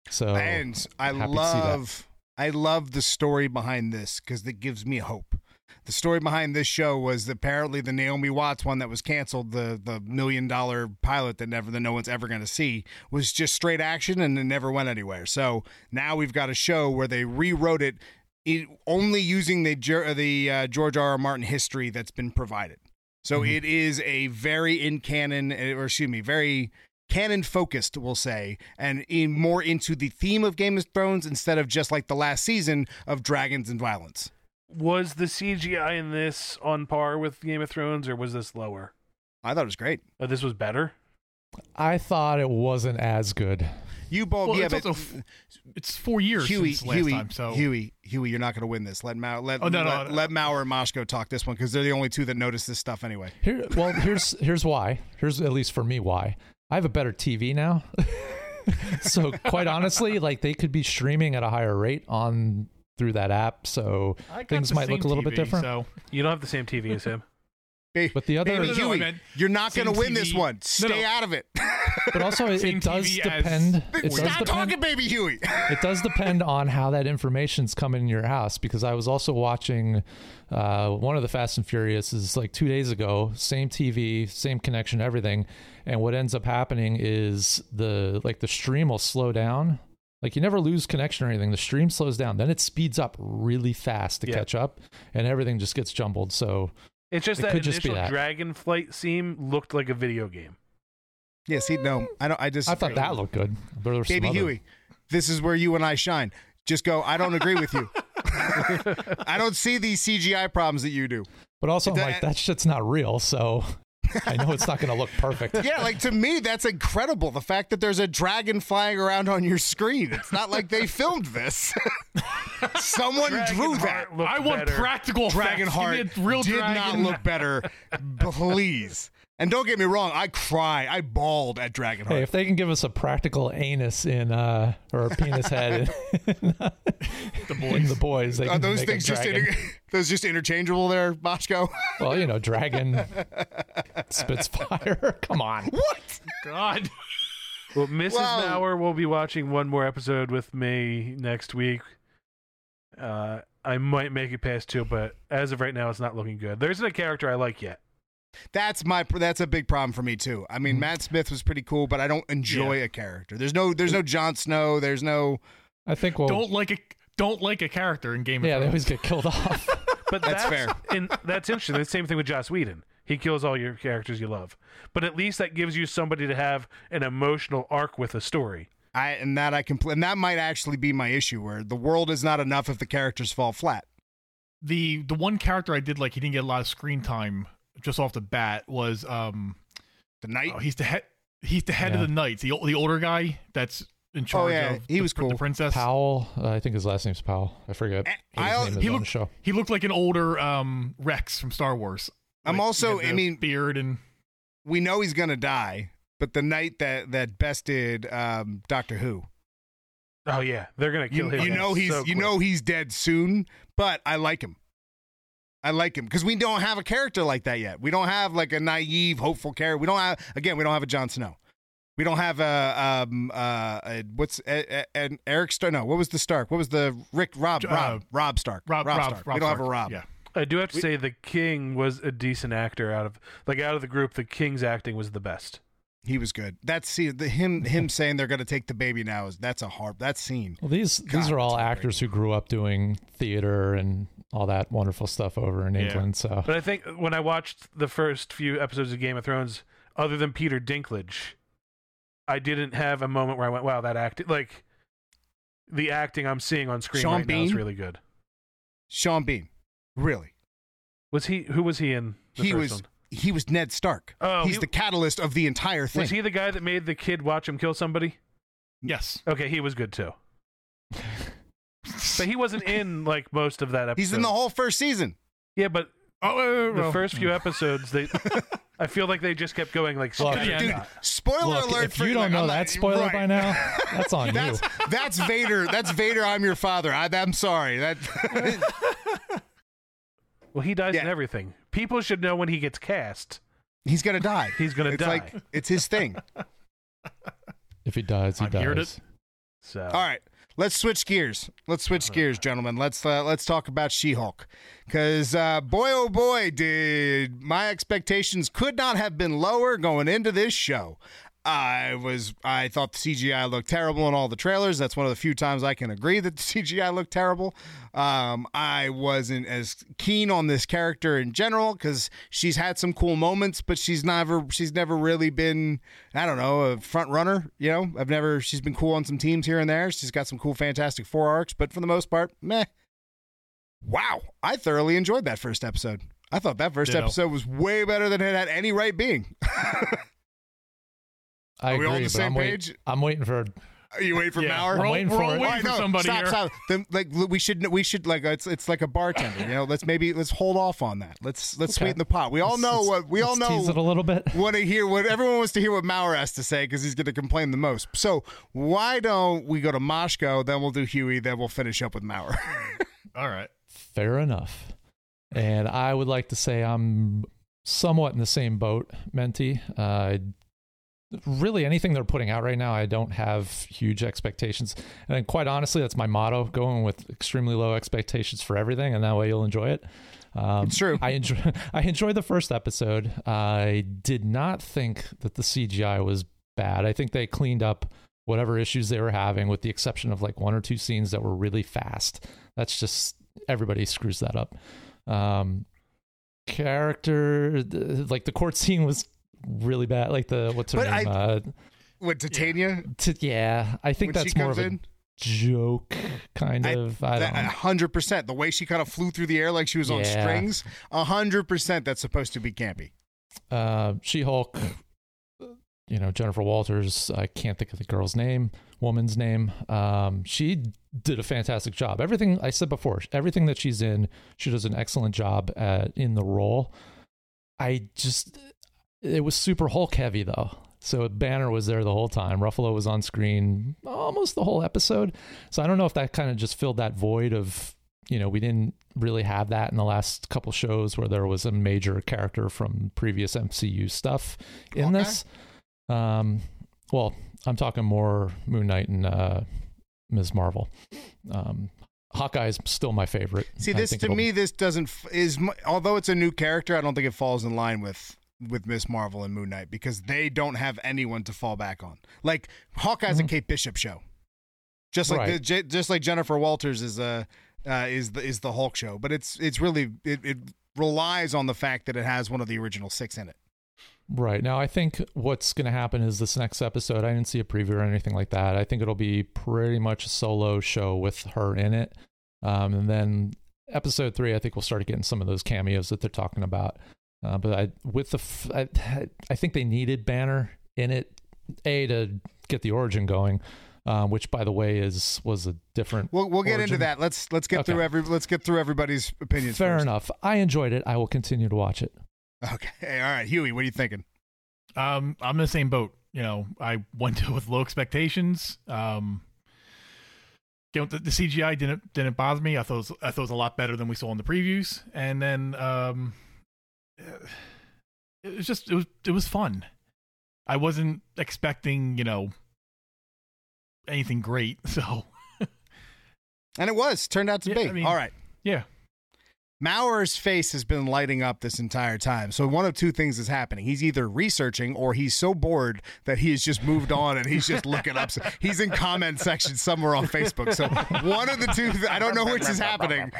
S5: So
S4: and I
S5: happy to see that.
S4: love I love the story behind this because it gives me hope. The story behind this show was that apparently the Naomi Watts one that was canceled, the the million dollar pilot that never that no one's ever going to see, was just straight action and it never went anywhere. So now we've got a show where they rewrote it, it only using the Jer- the uh, George R. R. Martin history that's been provided. So
S6: Mm-hmm.
S4: it is a very in canon, eh, or excuse me, very canon focused, we'll say, and in more into the theme of Game of Thrones instead of just like the last season of dragons and violence.
S7: Was the CGI in this on par with Game of Thrones, or was this lower?
S4: I thought it was great.
S7: Uh, this was better.
S5: I thought it wasn't as good.
S4: You both,
S6: Well,
S4: Oh, yeah,
S6: it's
S4: but
S6: also f- it's four years
S4: Huey,
S6: since last
S4: Huey,
S6: time. So
S4: Huey, Huey, you're not going to win this. Let Mauer, let,
S6: Oh, no, no,
S4: let,
S6: no.
S4: let Mauer and Moshko talk this one because they're the only two that notice this stuff anyway.
S5: Here, well, here's here's why. Here's at least for me why. I have a better TV now. so quite honestly, like they could be streaming at a higher rate on through that app, so
S6: I got
S5: things
S6: the
S5: might
S6: same
S5: look a little bit
S6: TV,
S5: different.
S6: So
S7: You don't have the same TV as him.
S4: Ba-
S5: But the other-
S4: baby
S5: No,
S6: no, no, I
S4: Huey,
S6: meant
S4: you're not going to
S6: same
S4: win this
S6: TV.
S4: one.
S6: No,
S4: Stay
S6: no.
S4: out of it.
S5: But also, it,
S6: Same
S5: it does
S6: TV as-
S5: depend. It does
S4: Stop
S5: depend.
S4: talking, baby Huey.
S5: it does depend on how that information's coming in your house because I was also watching uh, one of the Fast and Furious is like two days ago, same TV, same connection, everything, and what ends up happening is the like the stream will slow down. Like you never lose connection or anything. The stream slows down, then it speeds up really fast to
S7: Yeah.
S5: catch up, and everything just gets jumbled. So
S7: It's just
S5: It
S7: that
S5: could just be
S7: initial
S5: that.
S7: dragon flight scene looked like a video game.
S4: yes, he no. I don't. I just.
S5: I thought that looked good. but there were some
S4: Baby
S5: other-
S4: Huey, this is where you and I shine. Just go. I don't agree with you. I don't see these CGI problems that you do.
S5: but also
S4: It
S5: I'm
S4: do-
S5: like that shit's not real. So I know it's not going to look perfect.
S4: Yeah, like to me, that's incredible. The fact that there's a dragon flying around on your screen. It's not like they filmed this. Someone drew that.
S7: Dragonheart looked
S6: I want
S7: better.
S6: practical facts. Give me
S4: Dragonheart
S6: a real
S4: did
S6: dragon.
S4: not look better. Please. And don't get me wrong, I cry. I bawled at Dragonheart.
S5: Hey, if they can give us a practical anus in uh or a penis head in, the boys, in the boys, they
S4: Are
S5: can
S4: those
S5: make a
S4: things just
S5: dragon.
S4: inter- those just interchangeable there, Boschko?
S5: well, you know, dragon spits fire. Come on,
S4: what?
S6: God.
S7: Well, Mrs.
S4: Wow.
S7: Mauer will be watching one more episode with me next week. Uh, I might make it past two, but as of right now, it's not looking good. There isn't a character I like yet.
S4: That's my that's a big problem for me too. I mean, Matt Smith was pretty cool, but I don't enjoy a character. There's no there's no Jon Snow. There's no
S5: I think we'll.
S6: Don't like a don't like a character in Game of
S5: yeah, they
S6: Thrones.
S5: always get killed off.
S7: But
S4: That's
S7: that's, and that's interesting. The same thing with Joss Whedon. He kills all your characters you love, but at least that gives you somebody to have an emotional arc with a story.
S4: I and that I can and that might actually be my issue where the world is not enough if the characters fall flat.
S6: the the one character I did like he didn't get a lot of screen time just off the bat was um
S4: The night
S6: oh, he's the head he's the head
S5: Yeah.
S6: of the knights the ol- the older guy that's in charge
S4: Oh, yeah,
S6: of
S4: he
S6: the,
S4: was
S6: pr- the
S4: cool.
S6: princess
S5: Powell, uh, I think his last name's Powell. I forget.
S4: Eh,
S5: His
S4: I'll-
S5: name is
S6: he
S5: on the
S6: looked
S5: show.
S6: he looked like an older um Rex from Star Wars
S4: I'm
S6: Like, he
S4: also-
S6: had
S4: I
S6: the
S4: mean-
S6: beard and
S4: we know he's gonna die, but the night that that bested um, Doctor Who,
S7: Oh yeah, they're gonna kill
S4: you,
S7: him.
S4: you know he's
S7: so
S4: you
S7: quick.
S4: know he's dead soon. But I like him. I like him because we don't have a character like that yet. We don't have like a naive, hopeful character. We don't have again. We don't have a Jon Snow. We don't have a um uh a, what's a, a- an Eric Stark? No, what was the Stark? What was the Rick Rob
S6: Uh,
S4: Rob Rob Stark?
S6: Rob Rob,
S4: Stark.
S6: Rob
S4: we don't have a
S6: Stark.
S4: Rob.
S6: yeah
S7: I do have to say the king was a decent actor out of like out of the group. The king's acting was the best.
S4: He was good. That scene, the, him him saying they're gonna take the baby now is that's a hard that scene.
S5: Well, these
S4: God,
S5: these are all
S4: that's great.
S5: actors who grew up doing theater and all that wonderful stuff over in
S6: Yeah.
S5: England. So
S7: But I think when I watched the first few episodes of Game of Thrones, other than Peter Dinklage, I didn't have a moment where I went, "Wow, that acting!" Like the acting I'm seeing on screen
S4: Sean
S7: right now is
S4: Bean?
S7: really good.
S4: Sean Bean, really,
S7: Was he? Who was he in? The
S4: he
S7: first
S4: was
S7: one?
S4: he was Ned Stark.
S7: Oh,
S4: he's
S7: he-
S4: the catalyst of the entire thing.
S7: Was he the guy that made the kid watch him kill somebody?
S6: yes
S7: Okay, he was good too. but he wasn't in like most of that episode.
S4: He's in the whole first season.
S7: Yeah, but
S6: oh wait, wait, wait,
S7: the
S6: wait.
S7: first few episodes, they. I feel like they just kept going like.
S5: Look,
S7: scatter-
S4: Dude, spoiler
S5: look,
S4: alert!
S5: if
S4: for-
S5: you don't
S4: like,
S5: know
S4: I'm not-
S5: that spoiler
S4: right.
S5: by now, that's on
S4: that's
S5: you.
S4: that's Vader. That's Vader. I'm your father. I, I'm sorry. That
S7: Well, he dies in
S4: Yeah.
S7: everything. People should know when he gets cast.
S4: he's gonna die.
S7: He's gonna
S4: it's
S7: die.
S4: Like it's his thing.
S5: If he dies, he
S6: I've
S5: dies.
S6: heard it.
S7: So
S4: All right, let's switch gears. Let's
S5: Uh-huh.
S4: switch gears, gentlemen. Let's uh, let's talk about She-Hulk, because uh, boy oh boy, did my expectations could not have been lower going into this show. I was I thought the CGI looked terrible in all the trailers. That's one of the few times I can agree that the CGI looked terrible. Um, I wasn't as keen on this character in general because she's had some cool moments, but she's never she's never really been I don't know a front runner. You know, I've never she's been cool on some teams here and there. She's got some cool Fantastic Four arcs, but for the most part, meh. Wow, I thoroughly enjoyed that first episode. I thought that first
S6: Ditto.
S4: episode was way better than it had any right being.
S5: I
S4: Are we
S5: agree,
S4: all on the
S5: but
S4: same
S5: I'm wait-
S4: page?
S5: I'm waiting for.
S4: Are you waiting for
S6: Yeah,
S4: Maurer?
S6: we're all,
S5: waiting
S6: we're
S5: for
S6: all
S5: it.
S6: waiting
S4: All right,
S6: for
S4: no,
S6: somebody
S4: stop,
S6: here
S4: stop. The- like we should, we should like it's it's like a bartender. You know, let's maybe let's hold off on that. Let's let's
S5: Okay.
S4: sweeten the pot. We all
S5: let's-
S4: know
S5: let's-
S4: what we all
S5: let's Tease it a
S4: know.
S5: little bit.
S4: Want to hear what everyone wants to hear what Maurer has to say because he's going to complain the most. So why don't we go to Moshko? Then we'll do Huey. Then we'll finish up with Maurer.
S6: all right
S5: Fair enough. And I would like to say I'm somewhat in the same boat, Menti. Uh, really, anything they're putting out right now, I don't have huge expectations. And quite honestly, that's my motto: going with extremely low expectations for everything, and that way you'll enjoy it. Um,
S4: It's true.
S5: I enjoy. I enjoyed the first episode. I did not think that the CGI was bad. I think they cleaned up whatever issues they were having, with the exception of like one or two scenes that were really fast. That's just everybody screws that up. Um, character, th- like the court scene was really bad. Like the what's her
S4: But
S5: name?
S4: I-
S5: uh,
S4: With Titania,
S5: t- yeah, I think
S4: when
S5: that's
S4: she
S5: more of
S4: comes
S5: a
S4: in,
S5: joke, kind
S4: I- uh,
S5: of. I don't.
S4: that- a
S5: know.
S4: hundred percent. The way she kind of flew through the air like she was on
S5: Yeah.
S4: strings, a hundred percent. That's supposed to be campy.
S5: uh, She Hulk, you know, Jennifer Walters. I can't think of the girl's name, woman's name. Um, she did a fantastic job. Everything I said before, everything that she's in, she does an excellent job at, in the role. I just, it was super Hulk heavy though. So Banner was there the whole time. Ruffalo was on screen almost the whole episode. So I don't know if that kind of just filled that void of you know we didn't really have that in the last couple shows where there was a major character from previous MCU stuff in
S4: Hawkeye?
S5: this. Um, well, I'm talking more Moon Knight and uh, Ms. Marvel. Um, Hawkeye is still my favorite.
S4: See,
S5: I
S4: this
S5: think
S4: to
S5: it'll-
S4: me, this doesn't f- is mu- although it's a new character, I don't think it falls in line with with Miss Marvel and Moon Knight because they don't have anyone to fall back on. Like Hawkeye's a Kate Bishop show, just like
S5: Mm-hmm. Right.
S4: the, J- just like Jennifer Walters is a uh, is the is the Hulk show, but it's it's really it, it relies on the fact that it has one of the original six in it.
S5: Right. Now, I think what's going to happen is this next episode, I didn't see a preview or anything like that. I think it'll be pretty much a solo show with her in it. Um, and then episode three, I think we'll start getting some of those cameos that they're talking about. Uh, but I, with the, f- I, I think they needed Banner in it, A, to get the origin going, um, which, by the way, is was a different.
S4: We'll we'll get into
S5: origin.
S4: that. Let's let's get
S5: Okay.
S4: through every let's get through everybody's opinions.
S5: Fair
S4: first.
S5: enough. I enjoyed it. I will continue to watch it.
S4: Okay, all right, Huey, what are you thinking?
S6: Um, I'm in the same boat. You know, I went to with low expectations. Um, you know, the, the CGI didn't didn't bother me. I thought it was, I thought it was a lot better than we saw in the previews. And then um, it was just it was it was fun. I wasn't expecting you know anything great. So
S4: And it was turned out to
S6: Yeah,
S4: be
S6: I mean-
S4: all right.
S6: yeah,
S4: Maurer's face has been lighting up this entire time. So one of two things is happening. He's either researching or he's so bored that he has just moved on and he's just looking up. He's in comment section somewhere on Facebook. So one of the two, I don't know which is happening,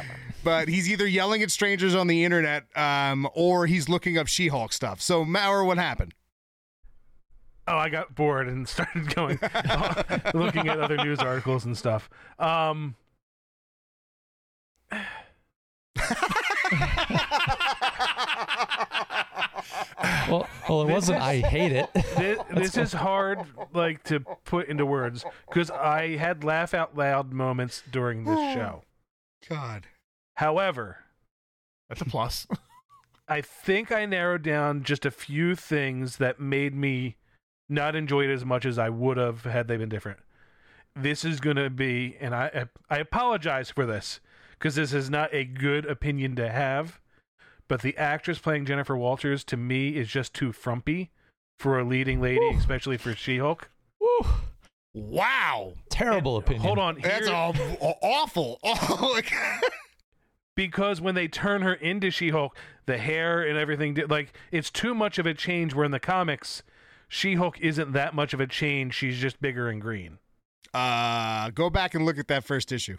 S4: but he's either yelling at strangers on the internet um, or he's looking up She-Hulk stuff. So Maurer, what happened?
S7: Oh, I got bored and started going looking at other news articles and stuff. Um,
S5: Well, well it wasn't I hate it.
S7: this, this is hard like to put into words because I had laugh out loud moments during this show.
S4: God.
S7: However,
S6: that's a plus.
S7: I think I narrowed down just a few things that made me not enjoy it as much as I would have had they been different. This is going to be, and I I apologize for this because this is not a good opinion to have, but the actress playing Jennifer Walters to me is just too frumpy for a leading lady, especially for She-Hulk.
S5: Woo.
S4: Wow.
S5: Terrible opinion.
S7: Hold on,
S4: That's
S7: here-
S4: all awful. Oh, like-
S7: because when they turn her into She-Hulk, the hair and everything, di- like it's too much of a change. Where in the comics, She-Hulk isn't that much of a change; she's just bigger and green.
S4: uh, go back and look at that first issue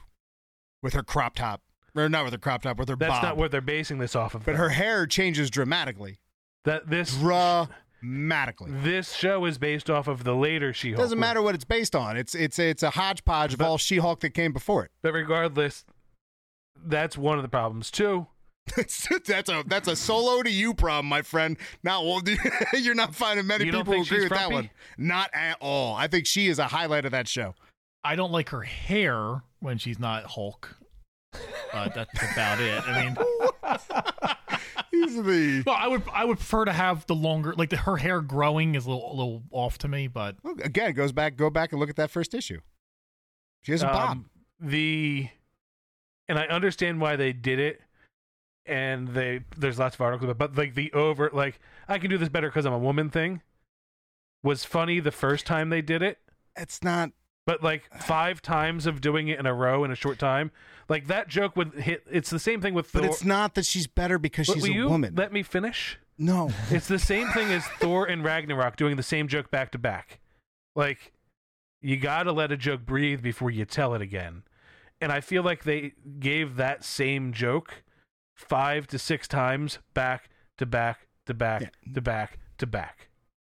S4: with her crop top. Or not with her crop top, with her
S7: That's
S4: bob.
S7: not what they're basing this off of.
S4: But her hair changes dramatically.
S7: that this
S4: Dramatically.
S7: this show is based off of the later She-Hulk.
S4: Doesn't matter what it's based on. It's it's it's a hodgepodge of all She-Hulk that came before it.
S7: but regardless, that's one of the problems too.
S4: It's- that's a that's a solo to you problem, my friend. Not well, you're not finding many
S7: You don't
S4: people who
S7: think
S4: agree
S7: she's
S4: with that
S7: frumpy?
S4: one. Not at all. I think she is a highlight of that show.
S6: I don't like her hair when she's not Hulk. But that's about it. I mean.
S4: He's the
S6: Well, I would I would prefer to have the longer like the, her hair growing is a little, a little off to me, but
S4: Well, again goes back go back and look at that first issue. She has a bob.
S7: Um, the and I understand why they did it, and they there's lots of articles about, but like the over like I can do this better because I'm a woman thing was funny the first time they did it,
S4: It's not.
S7: but like five times of doing it in a row in a short time, like that joke would hit. It's the same thing with
S4: But
S7: Thor.
S4: it's not that she's better because
S7: Will-
S4: she's
S7: will
S4: a
S7: you
S4: woman.
S7: Let me finish.
S4: no.
S7: It's the same thing as Thor and Ragnarok doing the same joke back to back. Like, you gotta let a joke breathe before you tell it again. And I feel like they gave that same joke five to six times back to back to back to back to back.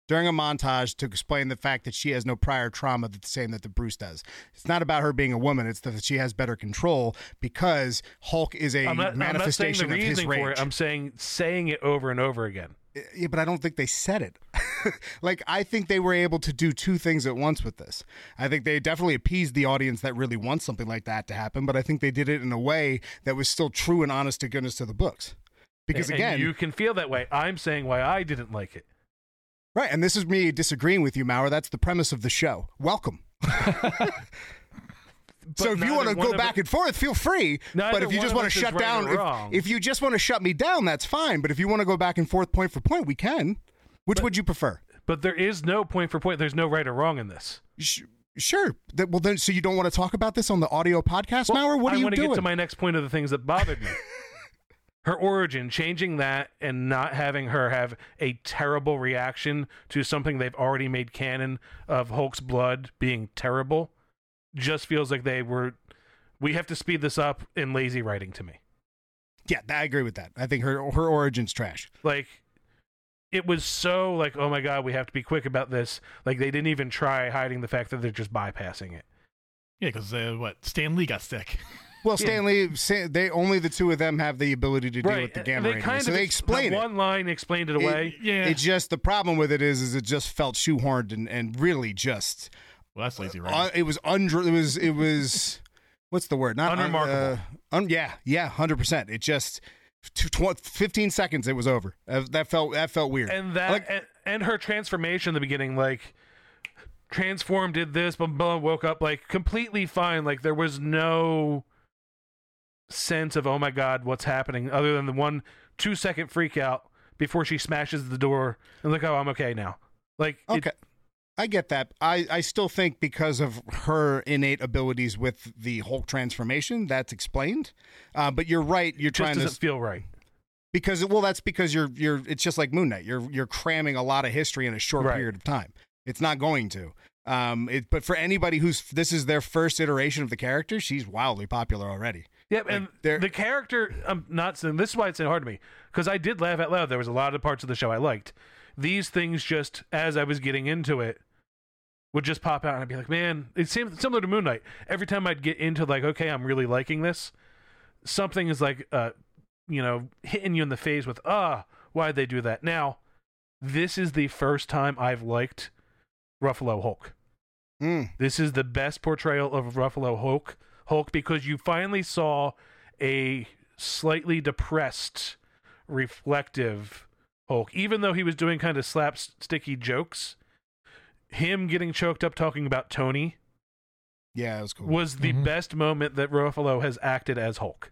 S4: during a montage to explain the fact that she has no prior trauma the same that the Bruce does. It's not about her being a woman, it's that she has better control because Hulk is a
S7: I'm not, I'm not saying the
S4: manifestation of his
S7: reasoning
S4: rage.
S7: for it. I'm saying saying it over and over again.
S4: Yeah, but I don't think they said it. like I think they were able to do two things at once with this. I think they definitely appeased the audience that really wants something like that to happen, but I think they did it in a way that was still true and honest to goodness to the books. Because
S7: And
S4: again,
S7: you can feel that way. I'm saying why I didn't like it.
S4: right, and this is me disagreeing with you, Maurer. That's the premise of the show. Welcome.
S7: But
S4: so if you
S7: neither
S4: want to
S7: one
S4: go
S7: of
S4: back
S7: it-
S4: and forth, feel free. But
S7: Neither
S4: if you
S7: one
S4: just
S7: of
S4: want
S7: us
S4: to
S7: is
S4: shut
S7: right
S4: down,
S7: or wrong.
S4: if, if you just want to shut me down, that's fine. But if you want to go back and forth point for point, we can. Which would you prefer?
S7: but there is no point for point. There's no right or wrong in this.
S4: Sh- sure. That, well, then, so you don't want to talk about this on the audio podcast,
S7: Well,
S4: Maurer? What are
S7: I
S4: you
S7: want to
S4: doing?
S7: get to my next point of the things that bothered me. her origin, changing that, and not having her have a terrible reaction to something they've already made canon of Hulk's blood being terrible, just feels like they were. We have to speed this up in lazy writing to me.
S4: yeah, I agree with that. I think her her origin's trash.
S7: Like it was so like, oh my god, we have to be quick about this. Like they didn't even try hiding the fact that they're just bypassing it.
S6: Yeah, because uh, what Stan Lee got sick.
S4: Well,
S7: Yeah.
S4: Stanley, Sa- they only the two of them have the ability to deal with the gamma
S7: uh, they
S4: radiation.
S7: kind
S4: so
S7: of
S4: they
S7: ex-
S4: explain
S7: that
S4: it.
S7: One line explained it away.
S6: yeah,
S4: It just the problem with it is, is it just felt shoehorned and, and really just
S6: well, that's lazy,
S4: Uh,
S6: right?
S4: it was under. It was. It was. What's the word? Not un-
S7: Unremarkable.
S4: uh, un- yeah, yeah, hundred percent. It just tw- tw- fifteen seconds. It was over. Uh, That felt. That felt weird.
S7: and that
S4: Like,
S7: and, and her transformation in the beginning like transformed did this blah, blah blah, woke up like completely fine like there was no sense of oh my god what's happening other than the one two second freak out before she smashes the door and like oh i'm okay now like it-
S4: okay, I get that. I I still think because of her innate abilities with the Hulk transformation, that's explained. Uh, but you're right. You're
S7: it just
S4: trying
S7: doesn't
S4: to
S7: feel right
S4: because well that's because you're you're it's just like moon knight you're you're cramming a lot of history in a short
S7: Right.
S4: period of time it's not going to um it but for anybody who's this is their first iteration of the character she's wildly popular already
S7: Yep, and
S4: they're-
S7: the character. I'm not saying this is why it's so hard to me because I did laugh out loud. There was a lot of parts of the show I liked. These things just as I was getting into it would just pop out, and I'd be like, "Man, it seems similar to Moon Knight." Every time I'd get into like, "Okay, I'm really liking this," something is like, uh, you know, hitting you in the face with, "Ah, why'd they do that?" Now, this is the first time I've liked Ruffalo Hulk.
S4: Mm.
S7: This is the best portrayal of Ruffalo Hulk, Hulk because you finally saw a slightly depressed, reflective Hulk. Even though he was doing kind of slapsticky jokes, him getting choked up talking about Tony
S4: yeah it was cool
S7: was the
S5: Mhm.
S7: best moment that Ruffalo has acted as Hulk.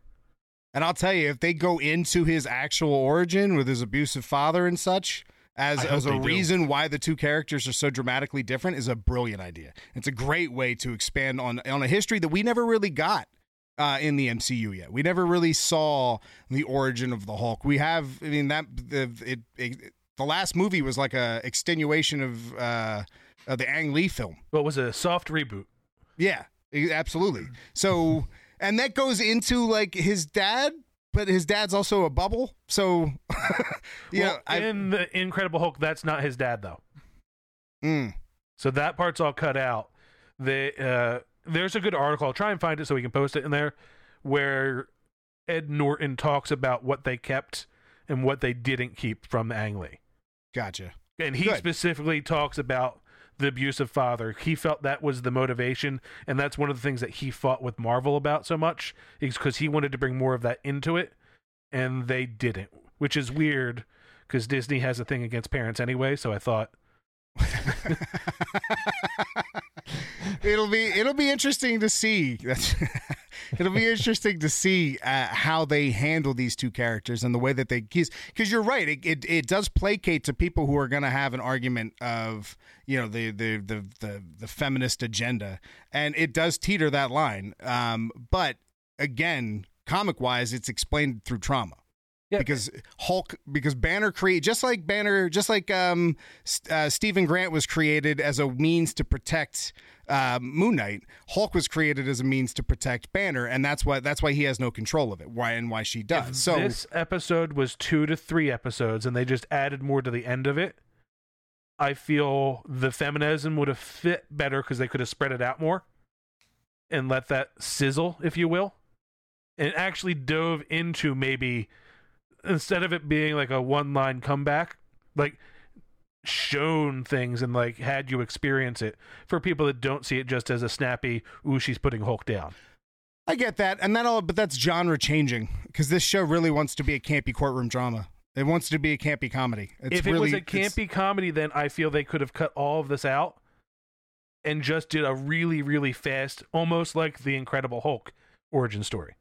S4: and i'll tell you if they go into his actual origin with his abusive father and such as,
S6: I hope
S4: as
S6: they
S4: a
S6: do.
S4: reason why the two characters are so dramatically different is a brilliant idea. It's a great way to expand on on a history that we never really got uh, in the MCU yet. We never really saw the origin of the Hulk. We have, I mean, that the it, it the last movie was like a extenuation of uh, of the Ang Lee film.
S7: What was a soft reboot?
S4: Yeah, e- absolutely. So, and that goes into like his dad, but his dad's also a bubble. So, yeah,
S7: Well,
S4: I,
S7: in the Incredible Hulk, that's not his dad though.
S4: mm,
S7: So that part's all cut out. The uh, there's a good article. I'll try and find it so we can post it in there, where Ed Norton talks about what they kept and what they didn't keep from Ang Lee.
S4: gotcha.
S7: And he
S4: Good.
S7: specifically talks about the abusive father. He felt that was the motivation, and that's one of the things that he fought with Marvel about so much, is because he wanted to bring more of that into it, and they didn't, which is weird because Disney has a thing against parents anyway. So I thought
S4: it'll be it'll be interesting to see. That's- it'll be interesting to see uh, how they handle these two characters and the way that they because because you're right. It, it it does placate to people who are going to have an argument of you know the the the the, the feminist agenda, and it does teeter that line. Um, but again, comic wise, it's explained through trauma
S7: Yeah.
S4: because Hulk because Banner create just like Banner just like um S- uh, Stephen Grant was created as a means to protect uh, Moon Knight. Hulk was created as a means to protect Banner, and that's why that's why he has no control of it. Why and why she does. so
S7: Uh, this episode was two to three episodes, and they just added more to the end of it. I feel the feminism would have fit better because they could have spread it out more and let that sizzle, if you will, and actually dove into maybe instead of it being like a one line comeback, like shown things and like had you experience it for people that don't see it just as a snappy, ooh, she's putting Hulk down.
S4: I get that, and that all, but that's genre changing because this show really wants to be a campy courtroom drama. It wants to be a campy comedy. It's
S7: if it
S4: really,
S7: was a
S4: it's-
S7: campy comedy, then I feel they could have cut all of this out and just did a really, really fast, almost like the Incredible Hulk origin story.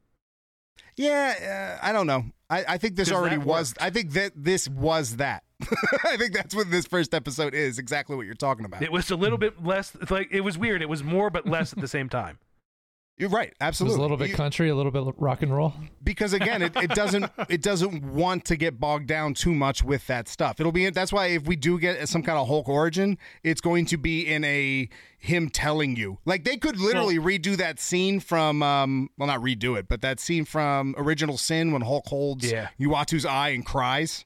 S4: Yeah, uh, I don't know. I, I think this
S7: 'Cause
S4: already
S7: that
S4: was.
S7: worked.
S4: I think that this was that. I think that's what this first episode is. Exactly what you're talking about.
S7: It was a little bit less, it's like it was weird. It was more, but less at the same time.
S4: you're right.
S5: It was
S4: Absolutely.
S5: a little bit
S4: You-
S5: country, a little bit rock and roll.
S4: because again, it, it doesn't it doesn't want to get bogged down too much with that stuff. It'll be that's why if we do get some kind of Hulk origin, it's going to be in a him telling you. Like they could literally redo that scene from um well not redo it, but that scene from Original Sin when Hulk holds
S7: Yeah.
S4: Uatu's eye and cries.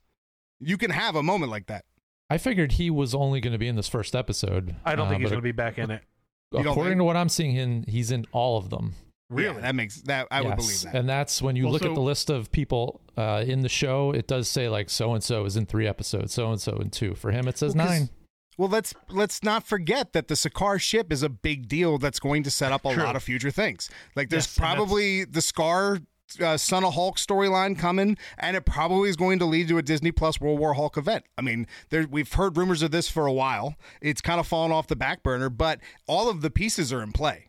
S4: You can have a moment like that.
S5: I figured he was only going to be in this first episode.
S7: I don't think he's going to
S5: to
S7: be back in it.
S4: You don't
S5: According
S4: think?
S5: to what I'm seeing, in, he's in all of them.
S4: Really? that makes that I would believe
S5: Yes.
S4: that.
S5: And that's when you
S6: Well,
S5: look
S6: so-
S5: at the list of people uh, in the show, it does say like so and so is in three episodes, so and so in two. For him, it says
S4: Well, 'cause- Oh,
S5: nine.
S4: Well, let's let's not forget that the Sakaar ship is a big deal that's going to set up a
S6: True.
S4: lot of future things. Like there's
S6: Yes, and that's-
S4: probably the Scar uh, Son of Hulk storyline coming, and it probably is going to lead to a Disney Plus World War Hulk event. I mean, there we've heard rumors of this for a while. It's kind of fallen off the back burner, but all of the pieces are in play.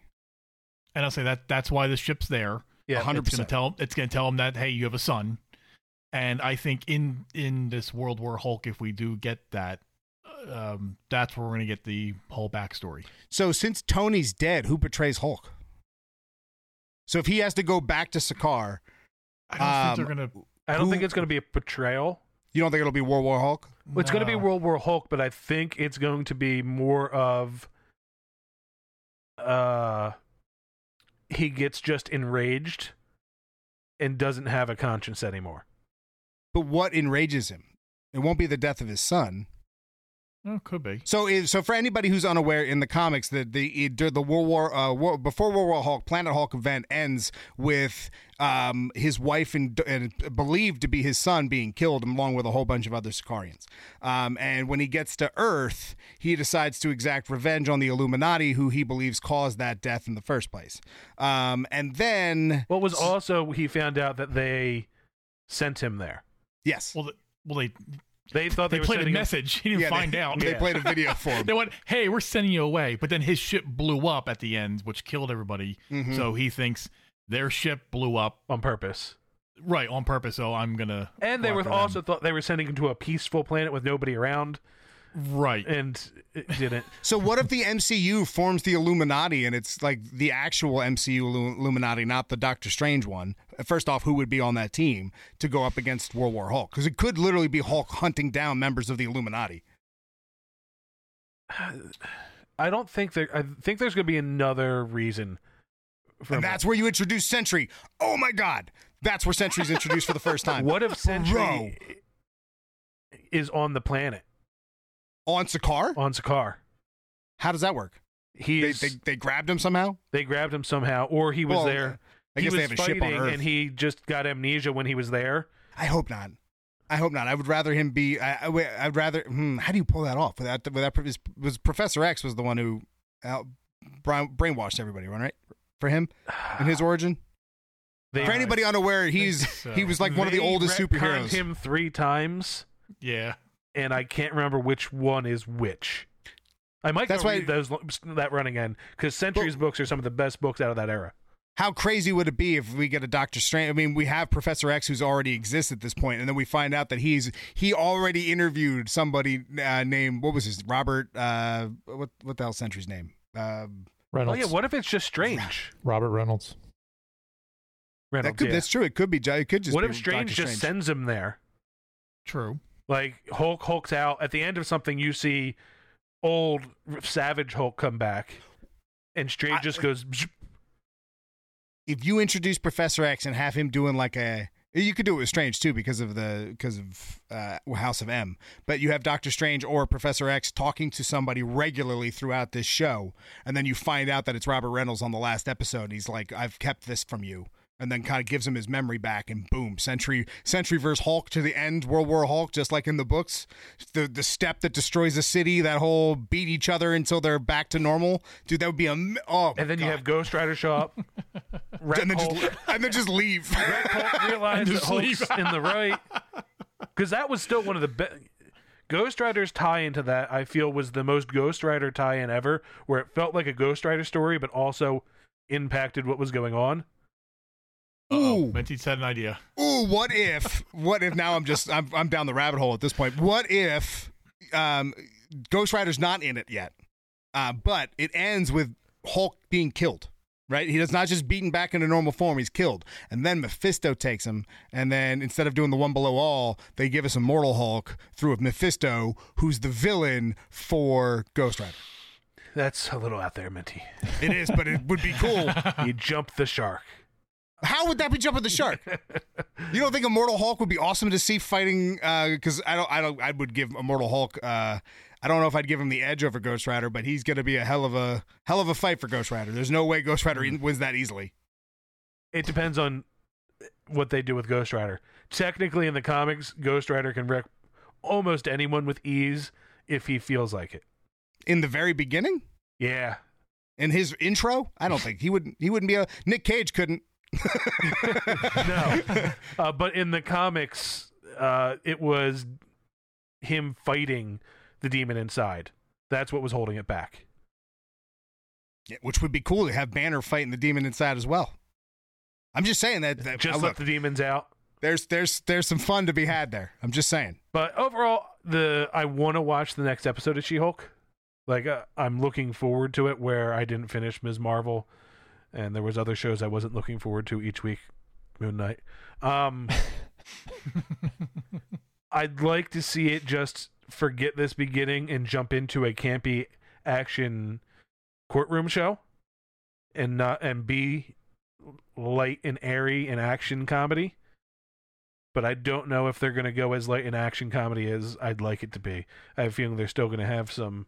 S6: And I'll say that that's why the ship's there.
S7: Yeah,
S4: hundred
S6: It's gonna
S4: percent.
S6: tell it's gonna tell him that hey, you have a son. And I think in in this World War Hulk, if we do get that, um, that's where we're gonna get the whole backstory.
S4: So since Tony's dead, who betrays Hulk? So if he has to go back to Sakaar,
S6: I don't
S4: Um,
S6: think they're gonna.
S7: I don't
S4: Who-
S7: think it's going to be a portrayal.
S4: you don't think it'll be World War Hulk?
S7: Well, It's going to be
S6: no.
S7: World War Hulk, but I think it's going to be more of uh he gets just enraged and doesn't have a conscience anymore.
S4: But what enrages him? It won't be the death of his son.
S6: Oh, could be.
S4: So, is, so for anybody who's unaware in the comics, the the the, the World War uh, War- before World War Hulk, Planet Hulk event ends with um, his wife and, and believed to be his son being killed, along with a whole bunch of other Sicarians. Um, and when he gets to Earth, he decides to exact revenge on the Illuminati, who he believes caused that death in the first place. Um, and then,
S7: What was also he found out that they sent him there.
S4: yes,
S6: Well, the, well, they
S7: They thought they,
S6: they
S7: were
S6: played a
S7: sending him-
S6: message. He didn't
S4: Yeah,
S6: find
S4: they,
S6: out.
S4: They
S6: Yeah.
S4: played a video for him.
S6: They went, "Hey, we're sending you away," but then his ship blew up at the end, which killed everybody.
S4: Mhm.
S6: So he thinks their ship blew up
S7: on purpose.
S6: right on purpose. So I'm gonna.
S7: And they
S6: go
S7: were
S6: after
S7: also thought they were sending him to a peaceful planet with nobody around
S6: them. right.
S7: and it didn't.
S4: So what if the MCU forms the Illuminati and it's like the actual MCU Illu- Illuminati, not the Doctor Strange one? First off, who would be on that team to go up against World War Hulk? Because it could literally be Hulk hunting down members of the Illuminati.
S7: I don't think there I think there's going to be another reason for
S4: And
S7: him.
S4: that's where you introduce Sentry. Oh my God, that's where Sentry's introduced for the first time.
S7: What if Sentry
S4: Bro.
S7: is on the planet
S4: on Sakaar?
S7: on Sakaar?
S4: How does that work?
S7: He
S4: They,
S7: is,
S4: they
S7: they,
S4: they grabbed him somehow.
S7: grabbed him somehow, or he was
S4: Well,
S7: there.
S4: I
S7: he
S4: guess
S7: was
S4: they have a ship on
S7: fighting,
S4: Earth.
S7: and he just got amnesia when he was there.
S4: I hope not. I hope not. I would rather him be. I, I, would- I'd rather. Hmm, how do you pull that off? Without without was, was Professor X was the one who out, brain- brainwashed everybody, right? For him and his origin.
S7: They,
S4: For anybody unaware, he's
S6: so.
S4: he was like one of the
S7: they
S4: oldest
S7: retconned
S4: superheroes.
S7: Him three times,
S6: yeah.
S7: and I can't remember which one is which. I might
S4: That's
S7: That's
S4: why-
S7: read those that run again because Century's books are some of the best books out of that era.
S4: how crazy would it be if we get a Doctor Strange? I mean, we have Professor X who's already exists at this point, and then we find out that he's he already interviewed somebody uh, named what was his Robert uh, what what the hell Sentry's name? Um
S7: Oh
S5: Reynolds,
S7: yeah, what if it's just Strange?
S5: Robert Reynolds.
S7: Reynolds,
S4: that could,
S7: yeah.
S4: That's true. It could be. Jo- It could just.
S7: what
S4: be
S7: if Strange
S4: Doctor
S7: just sends him there?
S6: True.
S7: Like Hulk hulks out at the end of something, you see old Savage Hulk come back, and Strange
S4: I-
S7: just goes. "Bzz."
S4: if you introduce Professor X and have him doing like a you could do it with Strange too because of the because of uh, House of M, but you have Doctor Strange or Professor X talking to somebody regularly throughout this show, and then you find out that it's Robert Reynolds on the last episode. and He's like, "I've kept this from you," and then kind of gives him his memory back, and boom, Century Century versus Hulk to the end, World War Hulk, just like in the books, the the step that destroys a city, that whole beat each other until they're back to normal, dude. That would be a m- oh, my
S7: and then you
S4: God.
S7: have Ghost Rider show up. Red
S4: and then
S7: Hulk,
S4: just and then just leave.
S7: Hulk realized that
S6: just
S7: Hulk's in the right because that was still one of the best. Ghost Rider's tie into that I feel was the most Ghost Rider tie in ever, where it felt like a Ghost Rider story, but also impacted what was going on.
S6: Oh,
S4: Ooh.
S6: Menti's had an idea.
S4: Ooh, what if? What if now I'm just I'm I'm down the rabbit hole at this point. What if um Ghost Rider's not in it yet. Uh but it ends with Hulk being killed. Right? He does not just beaten back into normal form, he's killed. And then Mephisto takes him, and then instead of doing the one below all, they give us Immortal Hulk through Mephisto, who's the villain for Ghost Rider.
S7: That's a little out there, Minty.
S4: It is, but it would be cool.
S7: You jumped the shark.
S4: How would that be jumping the shark? you don't think Immortal Hulk would be awesome to see fighting? Because I don't, I don't, I would give Immortal Hulk. Uh, I don't know if I'd give him the edge over Ghost Rider, but he's going to be a hell of a hell of a fight for Ghost Rider. There's no way Ghost Rider
S7: Mm.
S4: e- wins that easily.
S7: It depends on what they do with Ghost Rider. Technically, in the comics, Ghost Rider can wreck almost anyone with ease if he feels like it.
S4: In the very beginning,
S7: Yeah,
S4: in his intro, I don't think he wouldn't. He wouldn't be a Nick Cage couldn't.
S7: no. Uh, but in the comics, uh, it was him fighting the demon inside. That's what was holding it back.
S4: Yeah, Which would be cool to have Banner fighting the demon inside as well. I'm just saying that. that
S7: Just
S4: uh,
S7: let
S4: look,
S7: the demons out.
S4: there's there's there's some fun to be had there. I'm just saying.
S7: But overall, the I want to watch the next episode of She Hulk. Like uh, I'm looking forward to it. Where I didn't finish Ms. Marvel, and there was other shows I wasn't looking forward to each week. Moon Knight. Um, I'd like to see it just forget this beginning and jump into a campy action courtroom show, and not and be light and airy and action comedy but I don't know if they're going to go as light in action comedy as I'd like it to be. I have a feeling they're still going to have some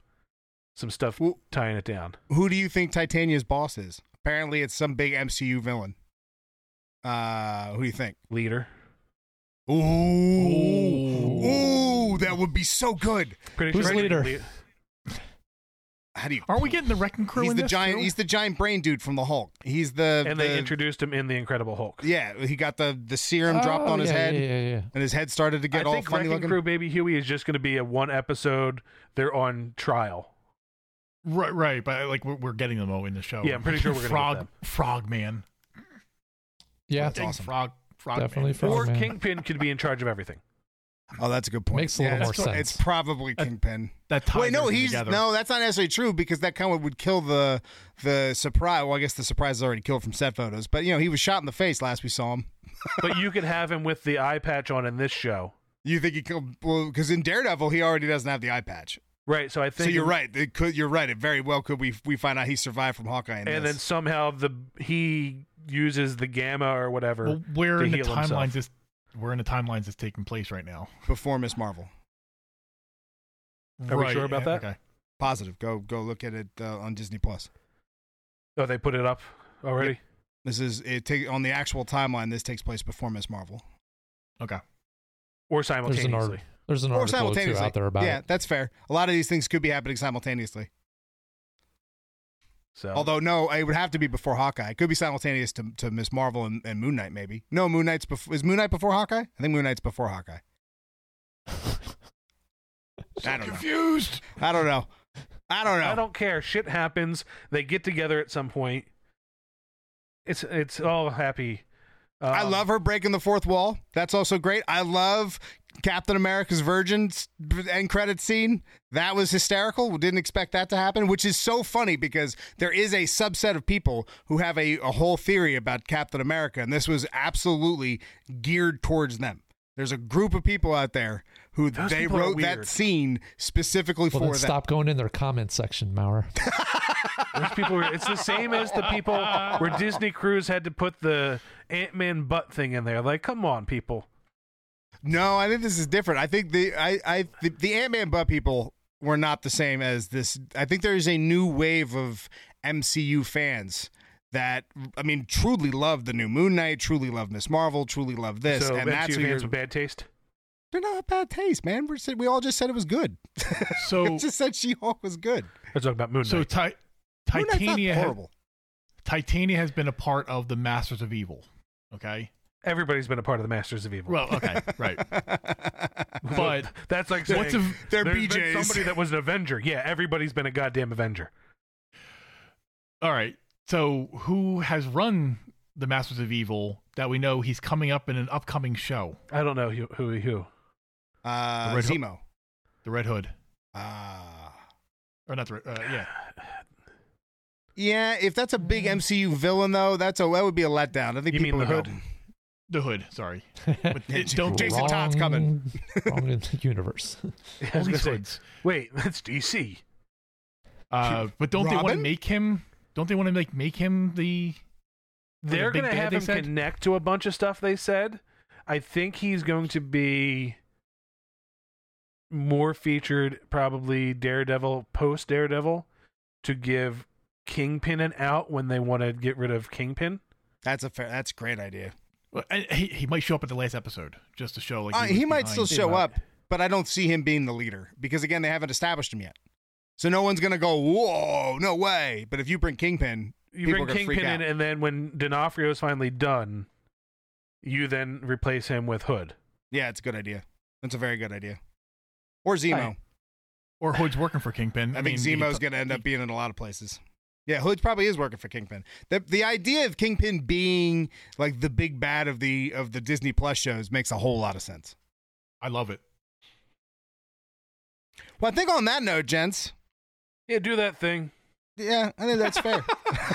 S7: some stuff
S4: Well-
S7: tying it down.
S4: Who do you think Titania's boss is? Apparently, it's some big MCU villain. Uh, who do you think?
S7: Leader,
S4: Ooh, ooh, that would be so good.
S7: pretty
S5: Who's
S7: sure
S5: leader?
S4: How do you?
S6: Aren't we getting the wrecking crew
S4: He's
S6: in
S4: the
S6: this,
S4: giant.
S6: too?
S4: He's the giant brain dude from the Hulk. He's the.
S7: And
S4: the,
S7: they introduced him in the Incredible Hulk.
S4: Yeah, he got the the serum dropped
S5: Oh,
S4: on his
S5: yeah,
S4: head,
S5: Yeah, yeah, yeah.
S4: and his head started to get
S7: I
S4: all
S7: think
S4: funny
S7: Wrecking
S4: looking.
S7: Crew Baby Huey is just going to be a one episode. They're on trial.
S6: Right, right. But like we're, we're getting them all in the show.
S7: Yeah, I'm pretty sure we're gonna get
S6: frog,
S7: them.
S6: frog man.
S5: Yeah,
S4: That's awesome.
S6: Frog, frog
S5: Definitely
S6: man.
S5: frog.
S7: or
S5: man.
S7: Kingpin could be in charge of everything.
S4: Oh, that's a good point.
S5: Makes a little
S4: Yeah,
S5: more
S4: it's-
S5: sense.
S4: It's probably
S6: Uh,
S4: Kingpin.
S6: That ties
S4: Wait, no,
S6: everything
S4: he's
S6: together.
S4: no. That's not necessarily true because that kind of would kill the the surprise. Well, I guess the surprise is already killed from set photos. But you know, he was shot in the face last we saw him.
S7: but you could have him with the eye patch on in this show.
S4: You think he killed? Well, because in Daredevil, he already doesn't have the eye patch.
S7: Right, so I
S4: So
S7: think
S4: you're right. It could. You're right. It very well could. We we find out he survived from Hawkeye. In
S7: And then
S4: this.
S7: somehow the he uses the gamma or whatever.
S6: Well, where
S7: to
S6: in the
S7: heal
S6: timelines
S7: himself.
S6: is where in the timelines is taking place right now?
S4: before Miss Marvel,
S7: Are we
S6: Right,
S7: sure about
S6: yeah,
S7: that?
S6: Okay.
S4: positive. Go go look at it uh, on Disney Plus.
S7: Oh, they put it up already.
S4: This is it. Take on the actual timeline. This takes place before Miss Marvel,
S6: Okay.
S7: Or
S5: There's an,
S7: simultaneously.
S5: art, there's an
S4: or
S5: article or two
S4: simultaneously.
S5: out there about
S4: yeah,
S5: it.
S4: that's fair. A lot of these things could be happening simultaneously.
S7: So
S4: Although no, it would have to be before Hawkeye. It could be simultaneous to, to Miss Marvel and, and Moon Knight. Maybe no Moon Knight's before is Moon Knight before Hawkeye. I think Moon Knight's before Hawkeye. I don't know.
S6: Confused.
S4: I don't know. I don't know.
S7: I don't care. Shit happens. They get together at some point. It's it's all happy. Um,
S4: I love her breaking the fourth wall. That's also great. I love Captain America's Virgin s- end credit scene. That was hysterical. Didn't expect that to happen, which is so funny because there is a subset of people who have a, a whole theory about Captain America, and this was absolutely geared towards them. There's a group of people out there who
S7: Those
S4: they
S7: people are
S4: wrote that
S7: weird.
S4: scene specifically
S5: Well,
S4: for
S5: then
S4: them.
S5: stop going in their comment section, Maurer.
S7: Those people were, it's the same as the people where Disney Cruise had to put the Ant Man butt thing in there. Like, come on, people.
S4: No, I think this is different. I think the I, I the, the Ant Man butt people were not the same as this. I think there is a new wave of MCU fans that I mean truly love the new Moon Knight, truly love Miss Marvel, truly love this,
S7: so
S4: and that's
S7: you
S4: who you're.
S7: hands with bad taste.
S4: They're not bad taste, man. We said we all just said it was good.
S6: So
S4: just said She Hulk was good.
S7: Let's talk about Moon Knight.
S6: so Ti-
S4: Moon Knight's not
S6: Titania has,
S4: horrible.
S6: Titania has been a part of the Masters of Evil. Okay.
S7: Everybody's been a part of the Masters of Evil.
S6: Well, okay, right. But
S7: that's like saying
S6: What's a-
S4: They're
S7: there's been
S4: BJs.
S7: somebody that was an Avenger. Yeah, everybody's been a goddamn Avenger.
S6: all right. So who has run the Masters of Evil that we know he's coming up in an upcoming show?
S7: I don't know who who. who.
S4: Uh,
S6: The Red Hood-
S4: Zemo.
S6: The Red Hood,
S4: Ah.
S6: or not the Red- uh, yeah.
S4: yeah, if that's a big MCU villain though, that's a that would be a letdown. I think
S7: You mean
S4: people
S7: the
S4: would
S7: Hood?
S4: help him.
S6: The Hood, sorry. But it- don't
S4: Jason Todd's
S5: Wrong-
S4: coming.
S5: wrong in the universe.
S7: Yeah, I
S6: all
S7: was
S6: these
S7: gonna say,
S6: hoods.
S7: Wait, that's DC.
S6: Uh, but don't they want to
S4: Robin?
S6: make him? Don't they want to make make him the? the
S7: They're
S6: big
S7: going to
S6: bad
S7: have
S6: they
S7: him
S6: said?
S7: connect to a bunch of stuff they said. I think he's going to be more featured, probably Daredevil, post Daredevil, to give Kingpin an out when they want to get rid of Kingpin.
S4: That's a fair. That's a great idea.
S6: Well, and he, he might show up at the last episode just to show like
S4: Uh,
S6: was
S4: he might still
S6: behind.
S4: show up, but I don't see him being the leader because again, they haven't established him yet. So no one's gonna go, whoa, no way. But if you bring Kingpin,
S7: You
S4: people
S7: bring
S4: are gonna freak
S7: Kingpin in,
S4: out.
S7: and then when D'Onofrio is finally done, you then replace him with Hood.
S4: yeah, it's a good idea. That's a very good idea. Or Zemo.
S6: Right. or Hood's working for Kingpin.
S4: I,
S6: I, mean,
S4: think
S6: you could
S4: Zemo's
S6: put-
S4: gonna end up
S6: you-
S4: being in a lot of places. Yeah, Hood probably is working for Kingpin. The the idea of Kingpin being like the big bad of the of the Disney Plus shows makes a whole lot of sense.
S6: I love it.
S4: Well, I think on that note, gents,
S7: Yeah, do that thing.
S4: yeah, I think that's fair.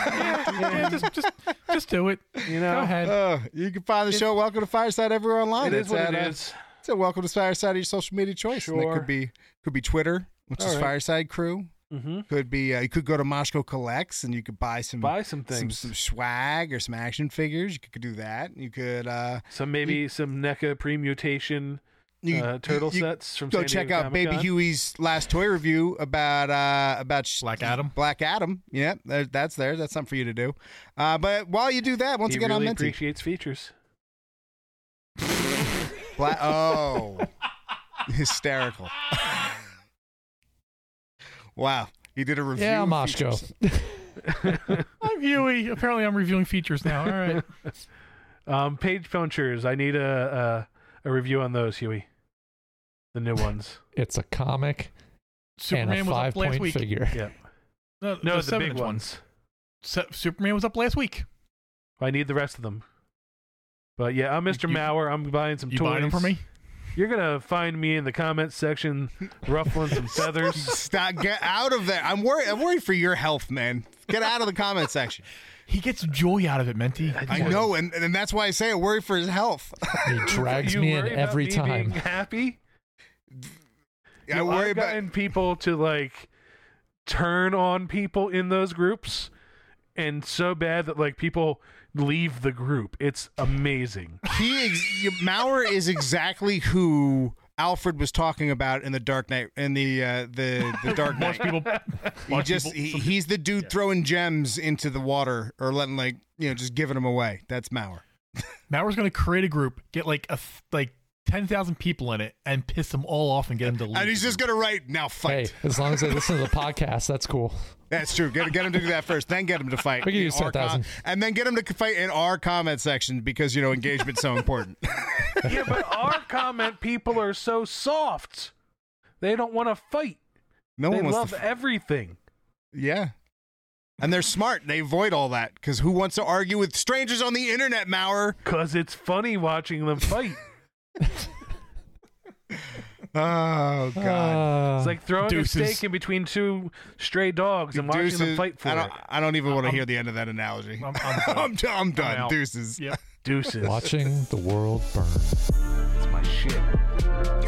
S6: yeah, just, just, just do it.
S7: You
S6: Go
S7: know,
S6: ahead.
S4: Uh, you can find the show Welcome to Fireside everywhere online.
S7: it is
S4: It's
S7: what
S4: at,
S7: it
S4: uh,
S7: is.
S4: it's at Welcome to Fireside of your social media choice. And
S7: Sure.
S4: it could be could be Twitter, which
S7: All
S4: is
S7: right.
S4: Fireside Crew.
S7: Mm-hmm.
S4: Could be uh, you could go to Moshko Collects and you could buy some
S7: Buy some
S4: some,
S7: things.
S4: some
S7: Some,
S4: swag or some action figures. You could do that. You could uh,
S7: maybe some NECA premutation
S4: you,
S7: uh, turtle
S4: you-
S7: sets from
S4: Go
S7: San
S4: check
S7: Diego
S4: out Baby
S7: Comic-Con.
S4: Huey's last toy review about uh, about sh-
S6: Black Adam.
S4: Black Adam. Yeah, there, that's there. That's something for you to do. Uh, but while you do that, once
S7: he
S4: again,
S7: really
S4: I'm Minty.
S7: appreciates features.
S4: Black. Oh, hysterical! wow, you did a review.
S5: yeah,
S4: of
S5: Moshko.
S4: features.
S6: I'm Huey. Apparently, I'm reviewing features now. All right.
S7: Um, page punchers. I need a, a a review on those, Huey. The new ones.
S5: It's a comic
S6: Superman
S5: and a
S6: was
S5: five
S6: up last
S5: point
S6: week.
S5: figure.
S7: yeah.
S6: No,
S7: No, the,
S6: seven
S7: big
S6: inch
S7: ones.
S6: one. Se- Superman was up last week.
S7: I need the rest of them. But yeah, I'm Mr.
S6: You-
S7: Mauer. I'm buying some
S6: You
S7: toys.
S6: buying them for me?
S7: You're gonna find me in the comments section, ruffling some feathers.
S4: Stop! Get out of there. I'm worried. I'm worried for your health, man. Get out of the comment section.
S6: He gets joy out of it, Menti.
S4: I know, and, and that's why I say I worry for his health.
S5: He drags
S7: you
S5: me in
S7: worry about
S5: every
S7: me
S5: time.
S7: Being happy.
S4: I
S7: Well,
S4: worry
S7: I've
S4: about.
S7: gotten people to like turn on people in those groups, and so bad that like people leave the group. It's amazing.
S4: he ex- you- Maurer is exactly who Alfred was talking about in the Dark Knight in the uh, the the Dark Knight.
S6: Most people.
S4: He just he, he's the dude throwing gems into the water or letting like you know just giving them away. That's Maurer.
S6: Maurer's going to create a group, get like a th- like ten thousand people in it, and piss them all off and get them to leave.
S4: And he's just gonna write now
S5: Hey,
S4: fight.
S5: as long as they listen to the podcast, that's cool.
S4: That's true. Get, get him to do that first, then get him to fight.
S5: We can
S4: in
S5: use
S4: our
S5: 10,000.
S4: and then get him to fight in our comment section because you know engagement's so important.
S7: yeah, but our comment people are so soft. They don't want to fight.
S4: No
S7: they
S4: one wants
S7: love e-
S4: to. f-
S7: everything.
S4: yeah. And they're smart. They avoid all that because who wants to argue with strangers on the internet, Maurer?
S7: Cause it's funny watching them fight.
S4: Oh, God.
S5: Uh,
S7: It's like throwing a
S6: Deuces.
S7: steak in between two stray dogs and watching them
S4: Deuces.
S7: fight for
S4: I don't,
S7: it.
S4: I don't even want to hear the end of that analogy.
S6: I'm-
S4: I'm,
S6: I'm done.
S4: d- I'm done.
S6: out.
S4: Deuces.
S6: Yep.
S7: Deuces.
S5: watching the world burn.
S7: That's my shit.